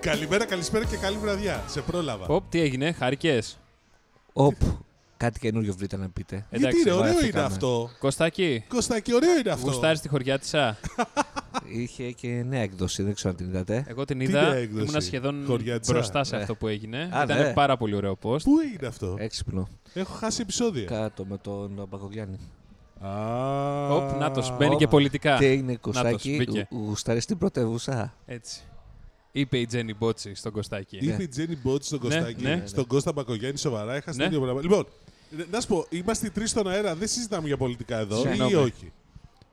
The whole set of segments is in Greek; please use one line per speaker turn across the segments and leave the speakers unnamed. Καλημέρα, καλησπέρα και καλή βραδιά. Σε πρόλαβα.
Οπ, τι έγινε, χάρηκες.
Οπ. Κάτι καινούριο βρείτε να πείτε.
Γιατί
εντάξει,
ρε, ωραίο είναι
βαρεθήκαμε.
αυτό.
Κωστάκι,
Κωστάκι, ωραίο είναι αυτό.
γουστάρεις τη χωριά της Α.
Είχε και νέα έκδοση, δεν ξέρω αν την είδατε.
Εγώ την
Τι
είδα.
νέα έκδοση,
Ήμουν σχεδόν
χωριά της Α.
μπροστά σε
Ναι.
αυτό που έγινε.
Α,
Ήταν
ναι.
πάρα πολύ ωραίο post.
Πού είναι αυτό.
Ε,
Έξυπνο.
Έχω χάσει επεισόδια.
Κάτω με τον Παγκογιάννη.
Α,
Οπ, να το μπαίνει
Οπ.
και πολιτικά.
Και είναι
Να
κοσάκι,
το σπήκε.
γου- γουστάρει στην πρωτεύουσα.
Έτσι. Είπε η Τζένι Μπότσι στον Κωστάκι.
Είπε η Τζένι Μπότ στον
Ναι,
Κωστάκη,
ναι.
στον Κώστα Μπακογιάννη σοβαρά. Είχα
Ναι.
ναι. πράγμα. Λοιπόν, ε, να σου πω, είμαστε οι τρεις στον αέρα, δεν συζητάμε για πολιτικά εδώ ή
Συγγνώμη.
όχι.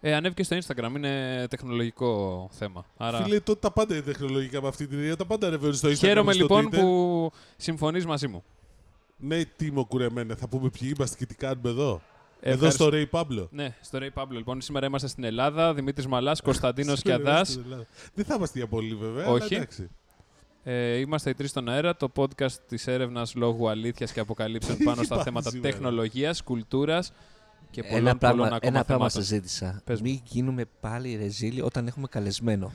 Ε, ανέβηκε στο Instagram, είναι τεχνολογικό θέμα. Άρα...
Φίλε, τότε τα πάντα είναι τεχνολογικά με αυτή την ιδέα, τα πάντα ανεβαίνουν στο Instagram.
Χαίρομαι
στο
λοιπόν
Twitter.
που συμφωνείς μαζί μου.
Ναι, τίμω κουρεμένα, θα πούμε ποιοι είμαστε και τι κάνουμε εδώ. Εδώ
Ε, Ευχαριστώ.
στο Ρέι Πάμπλο.
Ναι, στο Ray Pablo λοιπόν. Σήμερα είμαστε στην Ελλάδα. Δημήτρης Μαλάς, Κωνσταντίνος Κιαδά.
Δεν θα είμαστε για πολύ βέβαια.
Όχι.
Αλλά εντάξει.
Ε, είμαστε οι τρεις στον αέρα. Το podcast της έρευνας λόγου αλήθειας και αποκαλύψεων πάνω στα
Είπα
θέματα
σήμερα.
τεχνολογίας, κουλτούρας και πολλών,
Ένα πράγμα,
πολλών ακόμα
ένα πράγμα
θεμάτων.
συζήτησα.
Πες μου.
Μην γίνουμε πάλι ρεζίλοι όταν έχουμε καλεσμένο.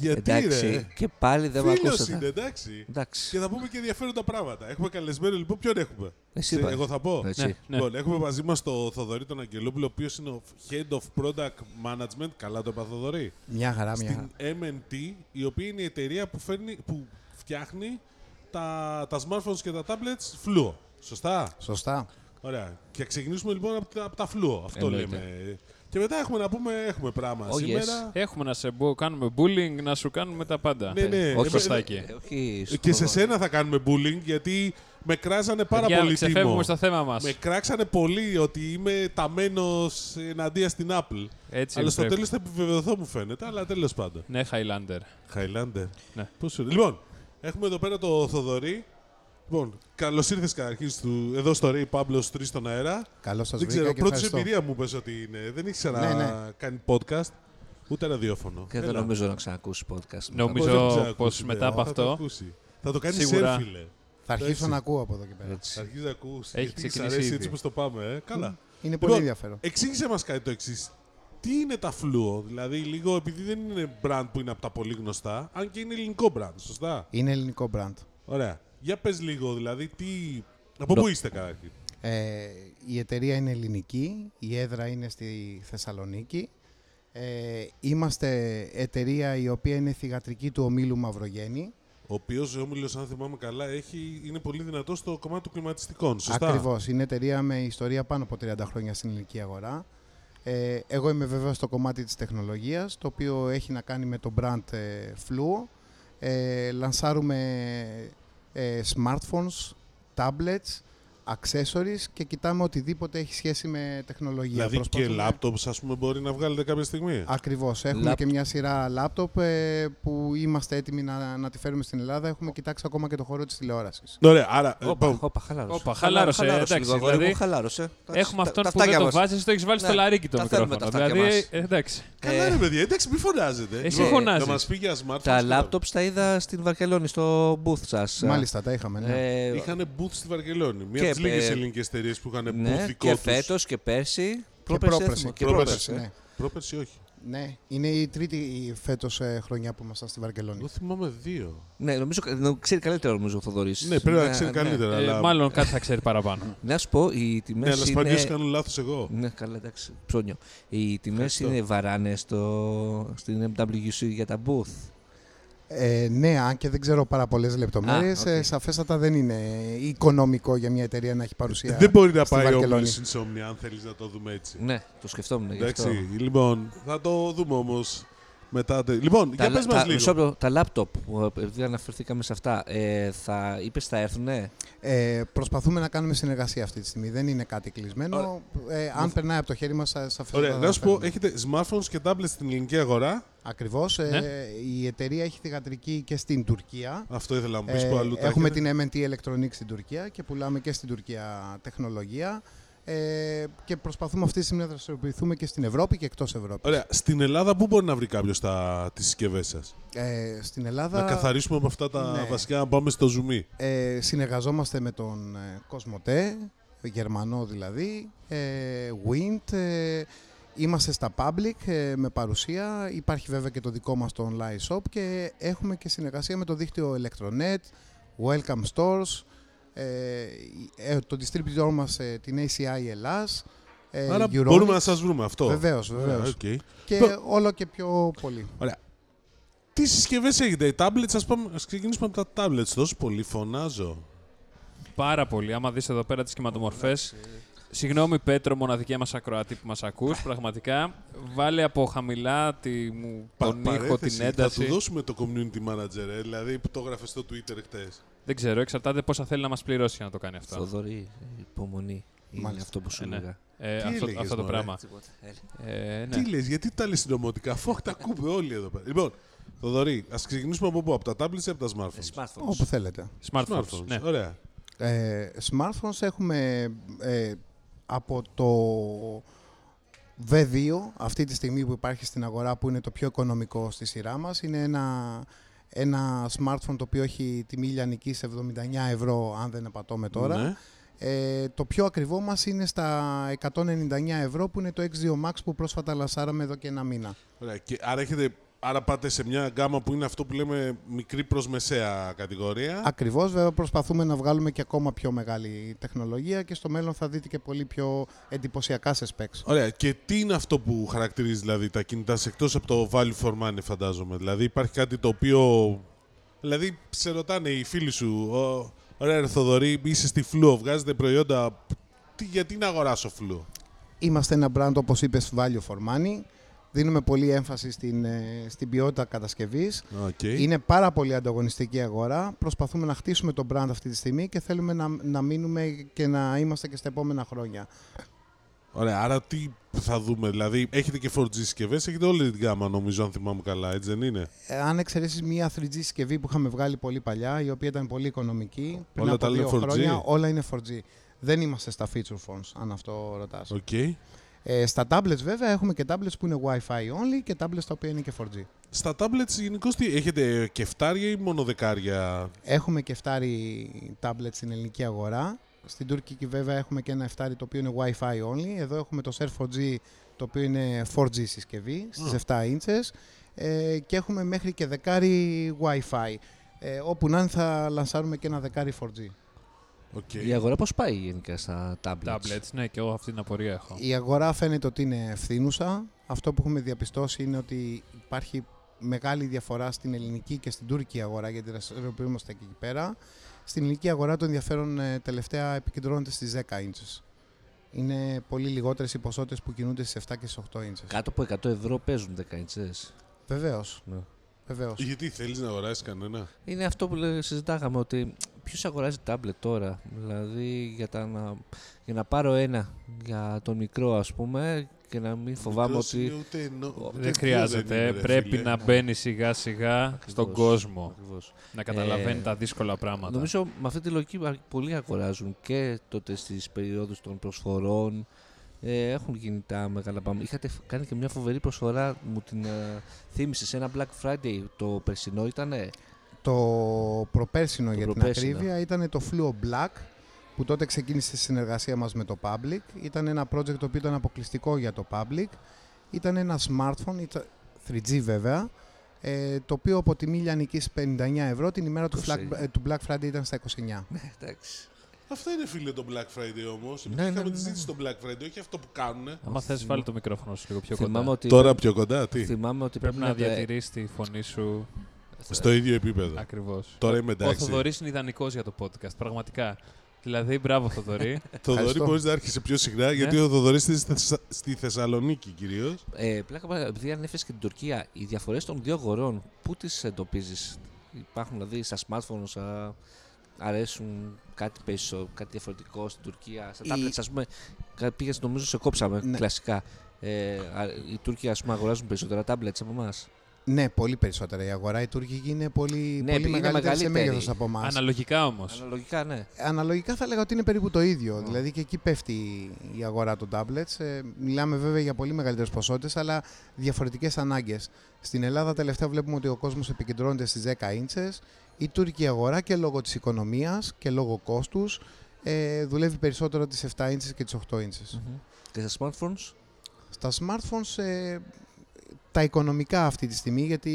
Γιατί
εντάξει,
ρε.
και πάλι δεν με
Φίλος
ακούσατε.
είναι, εντάξει. Και
Εντάξει.
θα πούμε και ενδιαφέροντα πράγματα. Έχουμε καλεσμένο λοιπόν, ποιον έχουμε.
Εσύ
Σε-
είπα.
Εγώ θα πω.
Έτσι.
Ναι, ναι.
Λοιπόν, έχουμε μαζί μας τον Θοδωρή τον Αγγελόπουλο, ο οποίος είναι ο Head of Product Management. Καλά το είπα, Θοδωρή.
Μια χαρά, μια χαρά.
Στην MNT, η οποία είναι η εταιρεία που, φέρνει, που φτιάχνει τα, τα smartphones και τα tablets φλούο. Σωστά.
Σωστά.
Ωραία. Και ξεκινήσουμε λοιπόν από τα, απ' τα φλούο. Αυτό
Εννοείται.
λέμε. Και μετά έχουμε να πούμε, έχουμε πράγμα
Oh, yes.
σήμερα.
Έχουμε να σε μπου- κάνουμε bullying, να σου κάνουμε τα πάντα.
Ναι, ναι.
Όχι,
Εμένα-
Κωστάκι.
Ε, όχι στον
Και σε
Θοδωρή.
σένα θα κάνουμε bullying γιατί με κράζανε πάρα
Παιδιά,
πολύ τίμω.
ξεφεύγουμε στο θέμα μας.
Με κράξανε πολύ ότι είμαι ταμένος εναντίον στην Apple.
Έτσι
αλλά
είναι,
στο
πρέπει.
τέλος θα επιβεβαιωθώ, μου φαίνεται. Αλλά τέλος πάντων.
Ναι, Highlander.
Χαϊλάντερ.
Ναι.
Πού σου Λοιπόν, έχουμε εδώ πέρα το Θοδωρή. Λοιπόν, καλώς ήρθες καταρχήν στου- εδώ στο Ray Pablo 3 στον αέρα.
Καλώς σας
Δεν
βρήκα.
ξέρω,
και
πρώτη σου
ευχαριστώ.
εμπειρία μου πες ότι είναι. Δεν έχεις ξανά
Ναι, ναι.
κάνει podcast, ούτε ραδιόφωνο.
Και δεν
Έλα.
νομίζω να ξανακούσεις podcast.
Πώς
Νομίζω-
δεν το
πως
ξανακούσει,
μετά
βέβαια.
από
Θα το
αυτό-
ακούσει. Θα το κάνει
Σίγουρα.
share, φίλε.
Θα αρχίσω
Έτσι.
να ακούω από εδώ και πέρα.
Έτσι.
Θα αρχίσεις να ακούσει.
Έχει
γιατί της
ξεκινήσει
αρέσει
ήδη.
έτσι όπως το πάμε. Ε. Καλά.
Είναι
Λοιπόν,
πολύ ενδιαφέρον.
Εξήγησε μας κάτι το εξής. Τι είναι τα φλούο, δηλαδή λίγο επειδή δεν είναι brand που είναι από τα πολύ γνωστά, αν και είναι ελληνικό brand, σωστά.
Είναι ελληνικό brand.
Ωραία. Για πες λίγο, δηλαδή τι. Από
Νο-
πού είστε καταρχήν.
Ε, η εταιρεία είναι ελληνική, η έδρα είναι στη Θεσσαλονίκη. Ε, είμαστε εταιρεία η οποία είναι θηγατρική του ομίλου Μαυρογέννη.
Ο οποίος όμιλο, αν θυμάμαι καλά, έχει, είναι πολύ δυνατό στο κομμάτι των κλιματιστικών. Σωστά.
Ακριβώς. Είναι εταιρεία με ιστορία πάνω από 30 χρόνια στην ελληνική αγορά. Ε, εγώ είμαι βέβαια στο κομμάτι της τεχνολογίας, το οποίο έχει να κάνει με το brand ε, Fluo. Ε, λανσάρουμε ε, smartphones, tablets, accessories και κοιτάμε οτιδήποτε έχει σχέση με τεχνολογία.
Δηλαδή και
Προσπαθούμε-
λάπτοπ, ας πούμε, μπορεί να βγάλετε κάποια στιγμή.
Ακριβώς. Έχουμε
Λάπτοπ.
και μια σειρά λάπτοπ ε, που είμαστε έτοιμοι να, να τη φέρουμε στην Ελλάδα. Έχουμε κοιτάξει ακόμα και το χώρο της τηλεόρασης.
Ωραία, άρα. ε,
Όπα,
πάμε.
όπα, χαλάρωσε.
Όπα, χαλάρωσε,
Χαλάρωσε
εντάξει,
λίγο, αγόρι
δηλαδή,
μου, χαλάρωσε. Εντάξει,
Έχουμε
τα-
αυτόν
τα
που δεν
φτάκια
το
μας.
βάζει, το έχει βάλει στο
Ναι,
λαρίκι το
τα θέλουμε
μικρόφωνο.
τα φτάκια
Δηλαδή,
μας.
ε, εντάξει.
Καλά,
Ε,
ρε παιδιά, εντάξει, μη φωνάζετε.
Εσύ
Λοιπόν,
φωνάζεις.
Να μας πει για smartphone.
Τα laptops τα είδα στην Βαρκελόνη, στο booth σας.
Μάλιστα, τα είχαμε. Ναι.
Ε,
Είχαν booth στη Βαρκελόνη. Μία
Και,
από τις λίγες
ε,
ελληνικές εταιρείες που είχαν booth
ναι,
δικό
και
τους.
φέτος και πέρσι.
πρόπερση,
έθιμο, Και
πρόπερση,
πρόπερση. ε.
ναι.
Πρόπερση όχι.
Ναι, είναι η τρίτη φέτος ε, χρονιά που ήμασταν στη Βαρκελόνη.
Εγώ θυμάμαι δύο.
Ναι, νομίζω νο- ξέρει καλύτερα νομίζω ο Θοδωρής.
Ναι, πρέπει να ξέρει
ναι.
καλύτερα.
Ε,
αλλά...
Μάλλον κάτι θα ξέρει παραπάνω.
Να σου πω, οι
Ναι, αλλά
τιμές
σπανίω
είναι...
κάνω λάθος εγώ.
Ναι, καλά, εντάξει, ψώνιο. Οι τιμές
Ευχαριστώ.
είναι βαράνες στο... στην MWC για τα booth.
Ε, ναι, αν και δεν ξέρω πάρα πολλές λεπτομέρειες,
Α, οκ.
ε, σαφέστατα δεν είναι οικονομικό για μια εταιρεία να έχει παρουσία.
Ε, Δεν μπορεί να
στη
πάει ο
Βαρκελόνη.
Omnis Insomnia, αν θέλεις να το δούμε έτσι.
Ναι, το σκεφτόμουν γι' αυτό.
Εντάξει, λοιπόν, θα το δούμε όμως μετά. τε- Λοιπόν, για πες μας
τα, μισό
λίγο.
λεπτό, τα λάπτοπ, που, επειδή αναφερθήκαμε σε αυτά, ε, θα είπες θα έρθουνε.
Ε, προσπαθούμε να κάνουμε συνεργασία αυτή τη στιγμή. Δεν είναι κάτι κλεισμένο. Ε, αν περνάει από το χέρι μας, σαφέστατα.
Ωραία, να σου πω, έχετε smartphones και tablets στην ελληνική αγορά.
Ακριβώς.
Ναι.
ε, η εταιρεία έχει θηγατρική και στην Τουρκία.
Αυτό ήθελα να μου πεις
Ε,
που αλλού τα
έχουμε
έχετε.
την MNT Electronics στην Τουρκία και πουλάμε και στην Τουρκία τεχνολογία. Ε, και προσπαθούμε αυτή τη στιγμή να δραστηριοποιηθούμε και στην Ευρώπη και εκτός Ευρώπης.
Ωραία, στην Ελλάδα πού μπορεί να βρει κάποιος τις συσκευές σας.
Ε, στην Ελλάδα
Να καθαρίσουμε με αυτά τα
Ναι.
βασικά, να πάμε στο zoom.
ε, συνεργαζόμαστε με τον ε, Κοσμοτέ, Γερμανό δηλαδή, ε, Wind. ε, Είμαστε στα public ε, με παρουσία, υπάρχει βέβαια και το δικό μας το online shop και έχουμε και συνεργασία με το δίκτυο Electronet, Welcome Stores, ε, ε, το distributor μας ε, την ACI Ελλάς, ε,
Άρα
Euronics.
μπορούμε να σας βρούμε αυτό.
Βεβαίως,
Ε,
βεβαίως.
οκ.
Και
Προ-
όλο και πιο πολύ.
Τι συσκευές έχετε, οι tablets, ας πάμε, ας ξεκινήσουμε από τα tablets. Τόσο πολύ φωνάζω.
Πάρα πολύ. Άμα δεις εδώ πέρα τις κυματομορφέ. Συγγνώμη, Πέτρο, μοναδική μας ακροατή που μας ακούς. Πραγματικά, βάλε από χαμηλά τη, μου,
Πα-
τον ήχο,
παρένθεση,
την
Θα του
ένταση.
δώσουμε το community manager, ε, δηλαδή που το έγραφε στο Twitter χτες.
Δεν ξέρω, εξαρτάται πόσα θέλει να μας πληρώσει για να το κάνει αυτό.
Θοδωρή, υπομονή. Είναι
Μάλιστα.
αυτό που σου
Ε, ναι.
έλεγα.
Ε,
Τι
αυτό,
έλεγες,
αυτό το
μωρέ.
πράγμα.
Τίποτα. Έλα.
Ε, ναι.
Τι λες, γιατί τα λες συνωμοτικά, αφού τα ακούμε όλοι εδώ πέρα. Λοιπόν, Θοδωρή, ας ξεκινήσουμε από πού, από τα tablets ή από τα
Ε,
smartphones.
smartphones.
Όπου θέλετε.
Smartphones.
Smartphones,
Ναι.
Ωραία.
Ε, smartphones έχουμε ε, από το V2, αυτή τη στιγμή που υπάρχει στην αγορά που είναι το πιο οικονομικό στη σειρά μας. Είναι ένα, ένα smartphone το οποίο έχει τιμή λιανικής 79 ευρώ, αν δεν απατώμε τώρα.
Ναι.
Ε, το πιο ακριβό μας είναι στα 199 ευρώ που είναι το X2 Max που πρόσφατα λασάραμε εδώ και ένα μήνα.
Ωραία. Και, άρα, έχετε, άρα πάτε σε μια γκάμα που είναι αυτό που λέμε μικρή προς μεσαία κατηγορία.
Ακριβώς, βέβαια προσπαθούμε να βγάλουμε και ακόμα πιο μεγάλη τεχνολογία και στο μέλλον θα δείτε και πολύ πιο εντυπωσιακά σε specs.
Ωραία. Και τι είναι αυτό που χαρακτηρίζει δηλαδή, τα κινητά σε εκτός από το value for money, φαντάζομαι. Δηλαδή, υπάρχει κάτι το οποίο. Δηλαδή, σε ρωτάνε οι φίλοι σου, «Ω, Ωραία, ρε Θοδωρή, είσαι στη φλου, βγάζετε προϊόντα. Τι, γιατί να αγοράσω φλου.
Είμαστε ένα brand, όπως είπες, value for money. Δίνουμε πολύ έμφαση στην, ε, στην ποιότητα κατασκευής.
Okay.
Είναι πάρα πολύ ανταγωνιστική αγορά. Προσπαθούμε να χτίσουμε το brand αυτή τη στιγμή και θέλουμε να, να μείνουμε και να είμαστε και στα επόμενα χρόνια.
Ωραία, άρα τι θα δούμε, δηλαδή έχετε και 4G συσκευές, έχετε όλη την γάμα νομίζω αν θυμάμαι καλά, έτσι δεν είναι.
Ε, αν εξαιρέσεις μία 3G συσκευή που είχαμε βγάλει πολύ παλιά, η οποία ήταν πολύ οικονομική, πριν
Όλα τα
από
λένε
δύο
4G.
χρόνια, όλα είναι 4G. Δεν είμαστε στα feature phones, αν αυτό ρωτάς.
Οκ.
Ε, στα tablets βέβαια έχουμε και tablets που είναι Wi-Fi only και tablets τα οποία είναι και 4G.
Στα tablets γενικώς τι, έχετε και φτάρια ή μόνο δεκάρια.
Έχουμε και φτάρι tablets στην ελληνική αγορά. Στην τουρκική βέβαια έχουμε και ένα εφτάρι το οποίο είναι Wi-Fi only. Εδώ έχουμε το Surf 4G το οποίο είναι 4G συσκευή στις 7 ίντσες ε, και έχουμε μέχρι και δεκάρι Wi-Fi. Ε, όπου να είναι θα λανσάρουμε και ένα δεκάρι 4G.
Οκ.
Η αγορά πώς πάει γενικά στα tablets.
Tablets, ναι, και εγώ αυτή την απορία έχω.
Η αγορά φαίνεται ότι είναι ευθύνουσα. Αυτό που έχουμε διαπιστώσει είναι ότι υπάρχει μεγάλη διαφορά στην ελληνική και στην τουρκική αγορά, γιατί δραστηριοποιούμαστε και εκεί πέρα. Στην ελληνική αγορά το ενδιαφέρον ε, τελευταία επικεντρώνεται στις 10 inches. Είναι πολύ λιγότερες οι ποσότητες που κινούνται στις 7 και στις 8 inches.
Κάτω από 100 ευρώ παίζουν δεκαετίες.
Βεβαίως,
Ναι.
βεβαίως.
Γιατί θέλεις να αγοράσεις κανένα.
Είναι αυτό που λέ- συζητάγαμε ότι ποιος αγοράζει τάμπλετ τώρα. Δηλαδή για, τα να, για να πάρω ένα για τον μικρό ας πούμε και να μην φοβάμαι
Μικρός
ότι...
είναι ούτε εννο- ούτε
Δεν
δύο δεν
χρειάζεται.
είναι, ρε,
Πρέπει
φίλε.
να μπαίνει σιγά σιγά στον κόσμο.
Ακριβώς.
Να καταλαβαίνει
Ε,
τα δύσκολα πράγματα.
Νομίζω με αυτή τη λογική α- πολλοί αγοράζουν και τότε στις περιόδους των προσφορών. Ε, έχουν γίνει τα μεγάλα πάμε. Είχατε φ- κάνει και μια φοβερή προσφορά, μου την ε, θύμισες σε ένα Black Friday το περσινό ήταν.
Το προπέρσινο
Το
για
προπέρσινο.
την ακρίβεια ήταν το Fluo Black που τότε ξεκίνησε στη συνεργασία μας με το Public. Ήταν ένα project το οποίο ήταν αποκλειστικό για το Public. Ήταν ένα smartphone, ήταν 3G βέβαια, ε, το οποίο από τιμή λιανικής 59 ευρώ την ημέρα του,
29.
Black, ε, του Black Friday ήταν στα 29.
Ναι. Εντάξει.
Αυτά είναι φίλε το Black Friday όμως. Επειδή
ναι,
είχαμε
ναι,
τη
ναι.
συζήτηση στο Black Friday, όχι αυτό που κάνουν.
Άμα θες βάλει το μικρόφωνο σου λίγο πιο
Θυμάμαι
κοντά.
ότι,
Τώρα πιο κοντά, τι.
θυμάμαι ότι
Πρέπει να
τα-
διατηρήσει τη φωνή σου
Στο ίδιο επίπεδο.
ακριβώς.
Τώρα είμαι
Ο
εντάξει.
Θοδωρής είναι ιδανικός για το podcast, πραγματικά. Δηλαδή, μπράβο Θοδωρή.
Θοδωρή
Ευχαριστώ.
μπορείς να άρχισε πιο
Ναι.
συχνά, γιατί ο Θοδωρής είστε στη Θεσσα- στη Θεσσαλονίκη κυρίως.
Ε, πλάκα, πλάκα, επειδή ανέφερε και την Τουρκία, οι διαφορές των δύο αγορών, πού τις εντοπίζεις, Υπάρχουν δηλαδή στα smartphone, στα... αρέσουν κάτι περισσότερο, κάτι διαφορετικό στην Τουρκία. Στα
Η-
tablets, ας πούμε, κα- πήγες, νομίζω σε κόψαμε
Ναι.
κλασικά. Ε, α- οι Τούρκοι ας πούμε, αγοράζουν περισσότερα tablets από εμάς.
Ναι, πολύ περισσότερα η αγορά. Η τουρκική είναι πολύ,
Ναι,
πολύ
είναι
μεγαλύτερη σε
μεγαλύτερη.
μέγεθος από εμάς.
Αναλογικά όμως.
Αναλογικά, ναι.
Αναλογικά θα έλεγα ότι είναι περίπου το ίδιο.
Mm.
Δηλαδή και εκεί πέφτει η αγορά των tablets. Ε, μιλάμε βέβαια για πολύ μεγαλύτερες ποσότητες, αλλά διαφορετικές ανάγκες. Στην Ελλάδα τελευταία βλέπουμε ότι ο κόσμος επικεντρώνεται στις 10 ίντσε. Η τουρκική αγορά και λόγω της οικονομίας και λόγω κόστους ε, δουλεύει περισσότερο τις 7 ίντσε και τις 8 ίντσε.
Και στα smartphones,
Στα smartphones ε, τα οικονομικά αυτή τη στιγμή, γιατί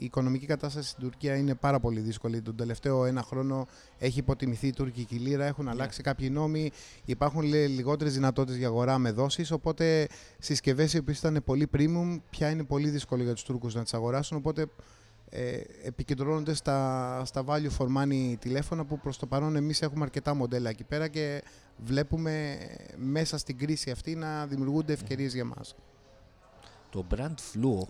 η οικονομική κατάσταση στην Τουρκία είναι πάρα πολύ δύσκολη. Τον τελευταίο ένα χρόνο έχει υποτιμηθεί η τουρκική λίρα, έχουν αλλάξει κάποιοι νόμοι, υπάρχουν λιγότερες δυνατότητες για αγορά με δόσεις. Οπότε συσκευές οι οποίες ήταν πολύ premium, πια είναι πολύ δύσκολο για τους Τούρκους να τις αγοράσουν. Οπότε ε, επικεντρώνονται στα, στα value for money τηλέφωνα που προς το παρόν εμείς έχουμε αρκετά μοντέλα εκεί πέρα και βλέπουμε μέσα στην κρίση αυτή να δημιουργούνται ευκαιρίες για
Ε,
μας.
Το brand fluo,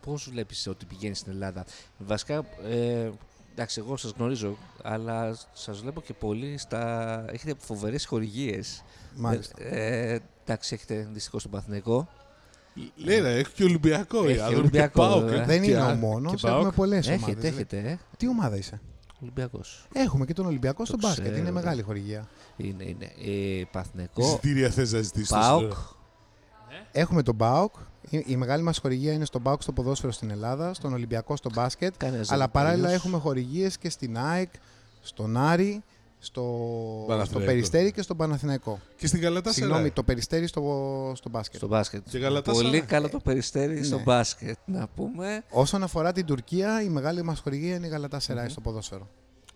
πώς βλέπεις ότι πηγαίνει στην Ελλάδα. Βασικά, ε, εντάξει, εγώ σας γνωρίζω, αλλά σας βλέπω και πολύ στα... Έχετε φοβερές χορηγίες.
Μάλιστα.
Ε, ε, εντάξει, έχετε δυστυχώς τον Παθηναϊκό.
Λέει Ναι, ρε, έχει και Ολυμπιακό.
Έχει
η
και
Άδωνη,
Ολυμπιακό,
και ΠΑΟΚ,
βέβαια.
ε.
Δεν
Και
είναι ο
Άρη.
μόνος,
και
έχουμε
ΠΑΟΚ.
πολλές ομάδες.
Έχετε,
δηλαδή.
έχετε, ε.
Τι ομάδα είσαι.
Ολυμπιακός.
Έχουμε και τον Ολυμπιακό στο μπάσκετ,
ξέρω,
είναι
ναι.
μεγάλη χορηγία.
Είναι, είναι. Ε, Παθηναϊκό,
Εισιτήρια θες να ζητήσεις.
ΠΑΟΚ.
Έχουμε τον ΠΑΟΚ, η, η μεγάλη μας χορηγία είναι στον ΠΑΟΚ στο ποδόσφαιρο στην Ελλάδα, στον Ολυμπιακό στο μπάσκετ,
Κανένας
αλλά
δεν
παράλληλα
αλλιώς.
έχουμε χορηγίες και στην ΑΕΚ, στον Άρη, στο, στο
Παναθηναϊκό.
Περιστέρι και στον Παναθηναϊκό.
Και στην Καλατά
Συγγνώμη, το Περιστέρι στο, στο μπάσκετ.
Στο μπάσκετ.
ε. Και ναι. Galatasaray.
Πολύ καλό το περιστέρι στο
ναι.
μπάσκετ, να πούμε.
Όσον αφορά την Τουρκία, η μεγάλη μας χορηγία είναι η Γαλατά στο ποδόσφαιρο.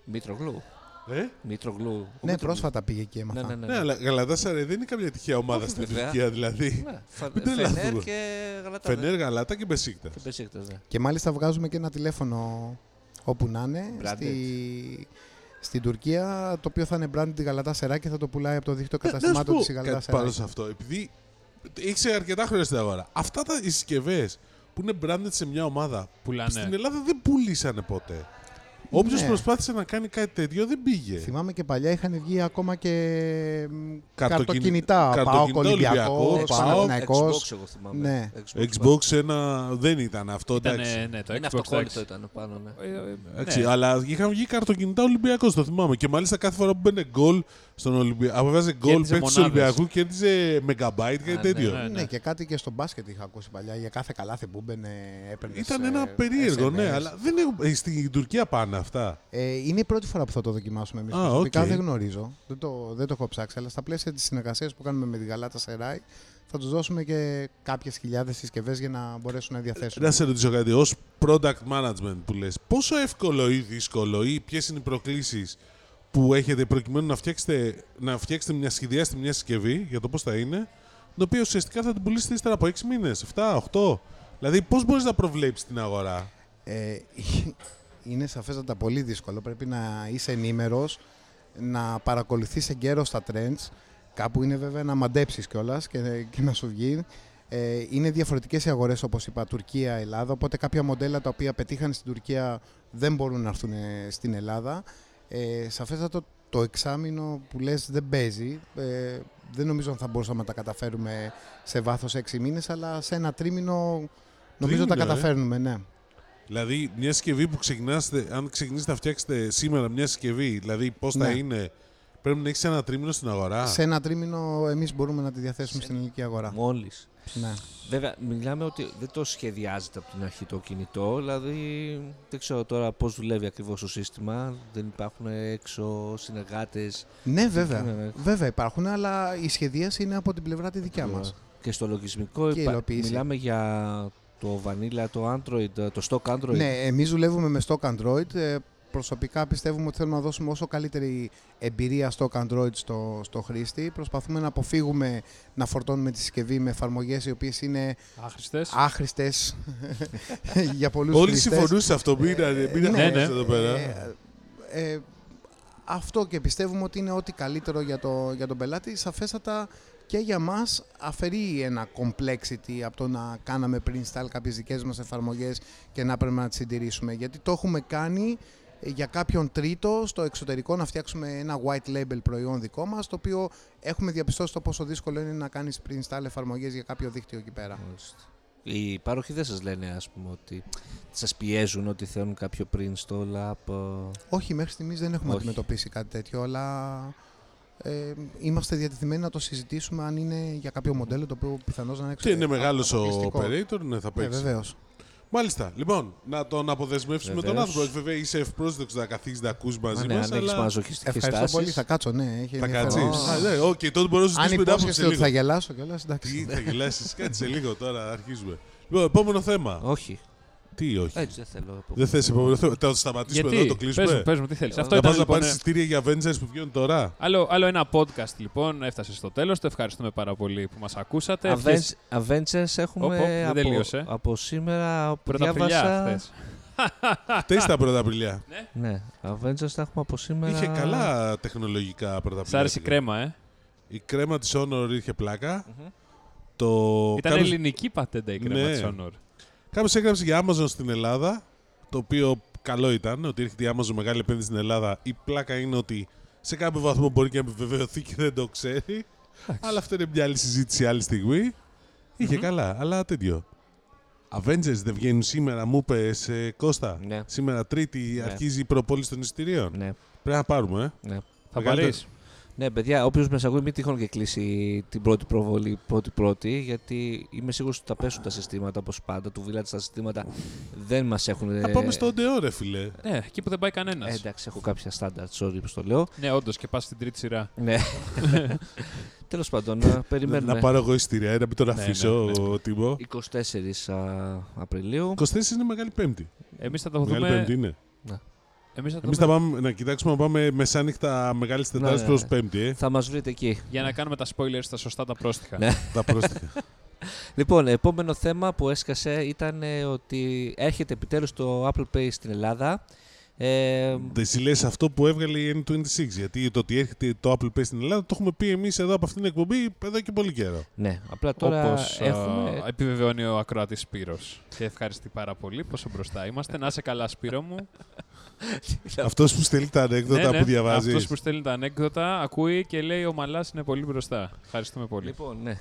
Μήτρογλου.
Ε?
Μήτρογλου. Ο
ναι,
Μήτρογλου.
πρόσφατα πήγε και έμαθα.
Ναι, ναι, ναι.
Ναι, αλλά Γαλατάσαραη δεν είναι καμιά τυχαία ομάδα
Όχι,
στην
βέβαια.
Τουρκία, δηλαδή.
Ναι, Φα-
Μην τρελαθούμε.
Φενέρ και Γαλατά.
Φενέρ, Γαλάτα και Μπεσίκτας.
Και Μπεσίκτας, ναι.
Και μάλιστα βγάζουμε και ένα τηλέφωνο όπου να είναι,
Branded.
στη... στην Τουρκία, το οποίο θα είναι branded Γαλατά Σερά και θα το πουλάει από το δίκτυο
Ε,
Να- να σου
καταστημάτων
πω
της η Γαλατά
Κάτι πάνω σε αυτό. Επειδή ήξερε αρκετά χρόνια στην αγορά. Αυτά τα συσκευές που είναι branded σε μια ομάδα
Πουλάνε.
στην Ελλάδα δεν πουλήσανε ποτέ. Όποιος
Ναι.
προσπάθησε να κάνει κάτι τέτοιο δεν πήγε.
Θυμάμαι και παλιά είχαν βγει ακόμα και μ,
Καρτοκινη-
καρτοκινητά. Πάω
καρτοκινητά,
Ολυμπιακό,
Ολυμπιακός,
πάω
Xbox, εγώ θυμάμαι.
Ναι.
Xbox ένα δεν ήταν αυτό, εντάξει.
Ήτανε, ναι, το
Ένα
Xbox 6.
αυτοκόλλητο ήταν πάνω, ναι.
Ε, ε,
Εντάξει,
ναι.
αλλά είχαν βγει καρτοκινητά Ολυμπιακός, το θυμάμαι. Και μάλιστα κάθε φορά που μπαίνει γκολ στον Ολυμπιακό, αποφάσισε γκολ
Κέρδιζε
παίκτης του
μονάδες.
Ολυμπιακού, κέρδιζε μεγαμπάιτ, κάτι
Α, ναι,
τέτοιο.
ναι.
Ναι, και κάτι και στο μπάσκετ είχα ακούσει παλιά. Για κάθε καλάθι που ε, μπαινε έπαιρνε.
Ήταν ένα περίεργο, ναι, αλλά δεν έχουν- ε, στην Τουρκία πάνε αυτά.
Ε, είναι η πρώτη φορά που θα το δοκιμάσουμε εμείς.
Α,
Προσωπικά
οκ.
δεν γνωρίζω. Δεν το, δεν το έχω ψάξει. Αλλά στα πλαίσια της συνεργασίας που κάνουμε με τη Γαλάτα Σεράι, θα τους δώσουμε και κάποιες χιλιάδες συσκευές για να μπορέσουν να διαθέσουν.
Να σε ρωτήσω κάτι, ως product management που λες, πόσο εύκολο ή δύσκολο ή ποιες είναι οι προκλήσεις που έχετε προκειμένου να φτιάξετε, να φτιάξετε μια σχεδιάστε μια συσκευή για το πώς θα είναι, την οποία ουσιαστικά θα την πουλήσετε ύστερα από 6 μήνε, 7, 8. Δηλαδή, πώς μπορείς να προβλέψεις την αγορά.
Ε, είναι σαφέστατα πολύ δύσκολο. Πρέπει να είσαι ενήμερος, να παρακολουθείς εγκαίρως τα trends. Κάπου είναι βέβαια να μαντέψεις κιόλας και, και να σου βγει. Ε, είναι διαφορετικές οι αγορές, όπως είπα, Τουρκία, Ελλάδα. Οπότε κάποια μοντέλα τα οποία πετύχαν στην Τουρκία δεν μπορούν να έρθουν ε, στην Ελλάδα. Ε, σαφέστατα το εξάμεινο που λες δεν παίζει. Ε, δεν νομίζω αν θα μπορούσαμε να τα καταφέρουμε σε βάθος 6 μήνες, αλλά σε ένα τρίμηνο νομίζω τα
Τρίμηνο, ε.
καταφέρνουμε, ναι.
Δηλαδή, μια συσκευή που ξεκινάσετε, αν ξεκινήσετε να φτιάξετε σήμερα μια συσκευή, δηλαδή πώς θα
Ναι.
είναι, πρέπει να έχεις ένα τρίμηνο στην αγορά.
Σε ένα τρίμηνο εμείς μπορούμε να τη διαθέσουμε στην ελληνική αγορά.
Μόλις.
Ναι.
Βέβαια, μιλάμε ότι δεν το σχεδιάζεται από την αρχή το κινητό, δηλαδή δεν ξέρω τώρα πώς δουλεύει ακριβώς το σύστημα, δεν υπάρχουν έξω συνεργάτες
ναι, βέβαια.
Ναι, ναι.
Βέβαια υπάρχουν, αλλά η σχεδίαση είναι από την πλευρά τη δικιά μας.
και στο λογισμικό
Και υλοποίηση.
μιλάμε για το Vanilla, το Android, το stock Android.
Ναι, εμείς δουλεύουμε με Stock Android. Ε, Προσωπικά πιστεύουμε ότι θέλουμε να δώσουμε όσο καλύτερη εμπειρία Stock Android στο, στο χρήστη. Προσπαθούμε να αποφύγουμε να φορτώνουμε τη συσκευή με εφαρμογές οι οποίες είναι
Άχρηστες.
άχρηστες για πολλούς
Όλοι
χρήστες.
συμφωνούν σε αυτό, μην είναι
ναι, ναι.
εδώ πέρα.
Ε, ε, αυτό και πιστεύουμε ότι είναι ό,τι καλύτερο για, το, για τον πελάτη. Σαφέστατα και για μας αφαιρεί ένα complexity από το να κάναμε πριν install κάποιες δικές μας εφαρμογές και να πρέπει να τις συντηρήσουμε. Γιατί το έχουμε κάνει ε, για κάποιον τρίτο στο εξωτερικό να φτιάξουμε ένα white label προϊόν δικό μας το οποίο έχουμε διαπιστώσει το πόσο δύσκολο είναι να κάνεις pre-install εφαρμογές για κάποιο δίκτυο εκεί πέρα.
Μάλιστα. Οι πάροχοι δεν σας λένε, ας πούμε, ότι σας πιέζουν ότι θέλουν κάποιο pre-install από...
Όχι, μέχρι στιγμής δεν έχουμε
Όχι.
αντιμετωπίσει κάτι τέτοιο, αλλά ε, είμαστε διατεθειμένοι να το συζητήσουμε αν είναι για κάποιο μοντέλο το οποίο πιθανώς να είναι
Και είναι
εξωτερικό,
μεγάλος ο
αποκλειστικό.
operator, ναι, θα
Ναι,
παίξει.
βεβαίως.
Μάλιστα. Λοιπόν, να τον αποδεσμεύσουμε τον
Βεβαίως.
άνθρωπο. Ε, Βέβαια, είσαι ευπρόσδεκτος να καθίσεις να ακούς μαζί
Αν ναι,
μας.
αν έχεις
Αλλά...
μαζοχιστικές
Ευχαριστώ πολύ.
τάσει.
Θα κάτσω, ναι. Έχει
Θα
ενδιαφέρον.
κάτσεις.
Α, ναι.
Ναι, οκ, τότε μπορείς να
Αν
συζητήσουμε την άποψη σε
υπόσχεστε ότι
λίγο.
θα γελάσω κιόλας,
Τι,
εντάξει.
θα γελάσεις, κάτσε λίγο τώρα, αρχίζουμε. Λοιπόν, επόμενο θέμα.
Όχι.
Τι, όχι.
Έτσι δεν θέλω.
Ε, Δεν θες επόμενο θέμα. Θα το σταματήσουμε εδώ,
Γιατί,
να το
παίζουμε,
κλείσουμε.
παίζουμε, τι θέλεις.
Να
Αυτό
Να
ήταν
πας να
λοιπόν,
πάρεις
ένα-
εισιτήρια για Avengers που βγαίνουν τώρα.
άλλο, άλλο ένα podcast λοιπόν, έφτασε στο τέλος. Το ευχαριστούμε πάρα πολύ που μας ακούσατε. Ευχές-
Avengers, Avengers
Οπ, οπ,
έχουμε
δεν
από,
τελείωσε.
από σήμερα που
Πρωταπριλιά
διάβασα...
χθες.
Χτες τα πρωταπριλιά.
Ναι, Avengers τα έχουμε από σήμερα...
Είχε καλά τεχνολογικά πρωταπριλιά.
Σ' άρεσε η κρέμα, ε.
Η κρέμα της Honor είχε πλάκα.
Μμμ.
Το...
Ήταν
κάποιος-
ελληνική πατέντα η κρέμα
Ναι.
της Honor.
Κάποιος έγραψε για Amazon στην Ελλάδα, το οποίο καλό ήταν, ότι έρχεται η Amazon μεγάλη επένδυση στην Ελλάδα. Η πλάκα είναι ότι σε κάποιο βαθμό μπορεί και να επιβεβαιωθεί και δεν το ξέρει. Αλλά αυτό είναι μια άλλη συζήτηση άλλη στιγμή. Είχε καλά, αλλά τέτοιο. Avengers δεν βγαίνουν σήμερα, μου είπες, ε, Κώστα.
Ναι.
Σήμερα Τρίτη
Ναι.
αρχίζει η προπόληση των εισιτηρίων.
Ναι,
Πρέπει να πάρουμε, ε.
ναι.
Θα
Μεγαλύτερο.
βάλεις.
Ναι, παιδιά, όποιος με ακούει, μην τυχόν και κλείσει την πρώτη προβολή πρώτη-πρώτη, γιατί είμαι σίγουρος ότι θα πέσουν τα συστήματα όπως πάντα. Του Village τα συστήματα δεν μας έχουν.
Να
Ε,
πάμε στο Ντεό, ρε φίλε.
Ναι, εκεί που δεν πάει κανένας.
Ε, εντάξει, έχω κάποια στάνταρτ, sorry που το λέω.
ναι, όντως και πας στην τρίτη σειρά.
Ναι. Τέλος πάντων, να περιμένουμε.
Να πάρω εγώ εισιτήρια, ε, να μην τον
Ναι, ναι,
αφήσω
ναι.
ο Τίμο.
24 α, Απριλίου.
24 είναι Μεγάλη Πέμπτη.
Εμείς θα το
Μεγάλη
δούμε.
Πέμπτη είναι.
Εμείς θα το
Εμείς θα
δούμε
πάμε να κοιτάξουμε να πάμε μεσάνυχτα μεγάλη Τετάρτη
ναι,
προς
ναι.
Πέμπτη. Ε.
Θα μας βρείτε εκεί.
για να κάνουμε τα spoilers στα σωστά τα πρόστιχα.
Ναι.
Τα πρόστιχα.
Λοιπόν, επόμενο θέμα που έσκασε ήταν ε, ότι έρχεται επιτέλους το Apple Pay στην Ελλάδα. Ε,
Δεν σου λες αυτό που έβγαλε η N26. Γιατί το ότι έρχεται το Apple Pay στην Ελλάδα το έχουμε πει εμείς εδώ από αυτήν την εκπομπή εδώ και πολύ καιρό.
ναι, απλά τώρα
Όπως ε, α,
έχουμε.
επιβεβαιώνει ο ακροατής Σπύρος. Και ευχαριστεί πάρα πολύ πόσο μπροστά είμαστε. Να είσαι καλά Σπύρο μου. Ναι,
αυτός που στέλνει τα
Ναι,
ανέκδοτα που διαβάζεις.
Αυτός που στέλνει τα ανέκδοτα ακούει και λέει ο Μαλάς είναι πολύ μπροστά. Ευχαριστούμε πολύ.
Λοιπόν, ναι.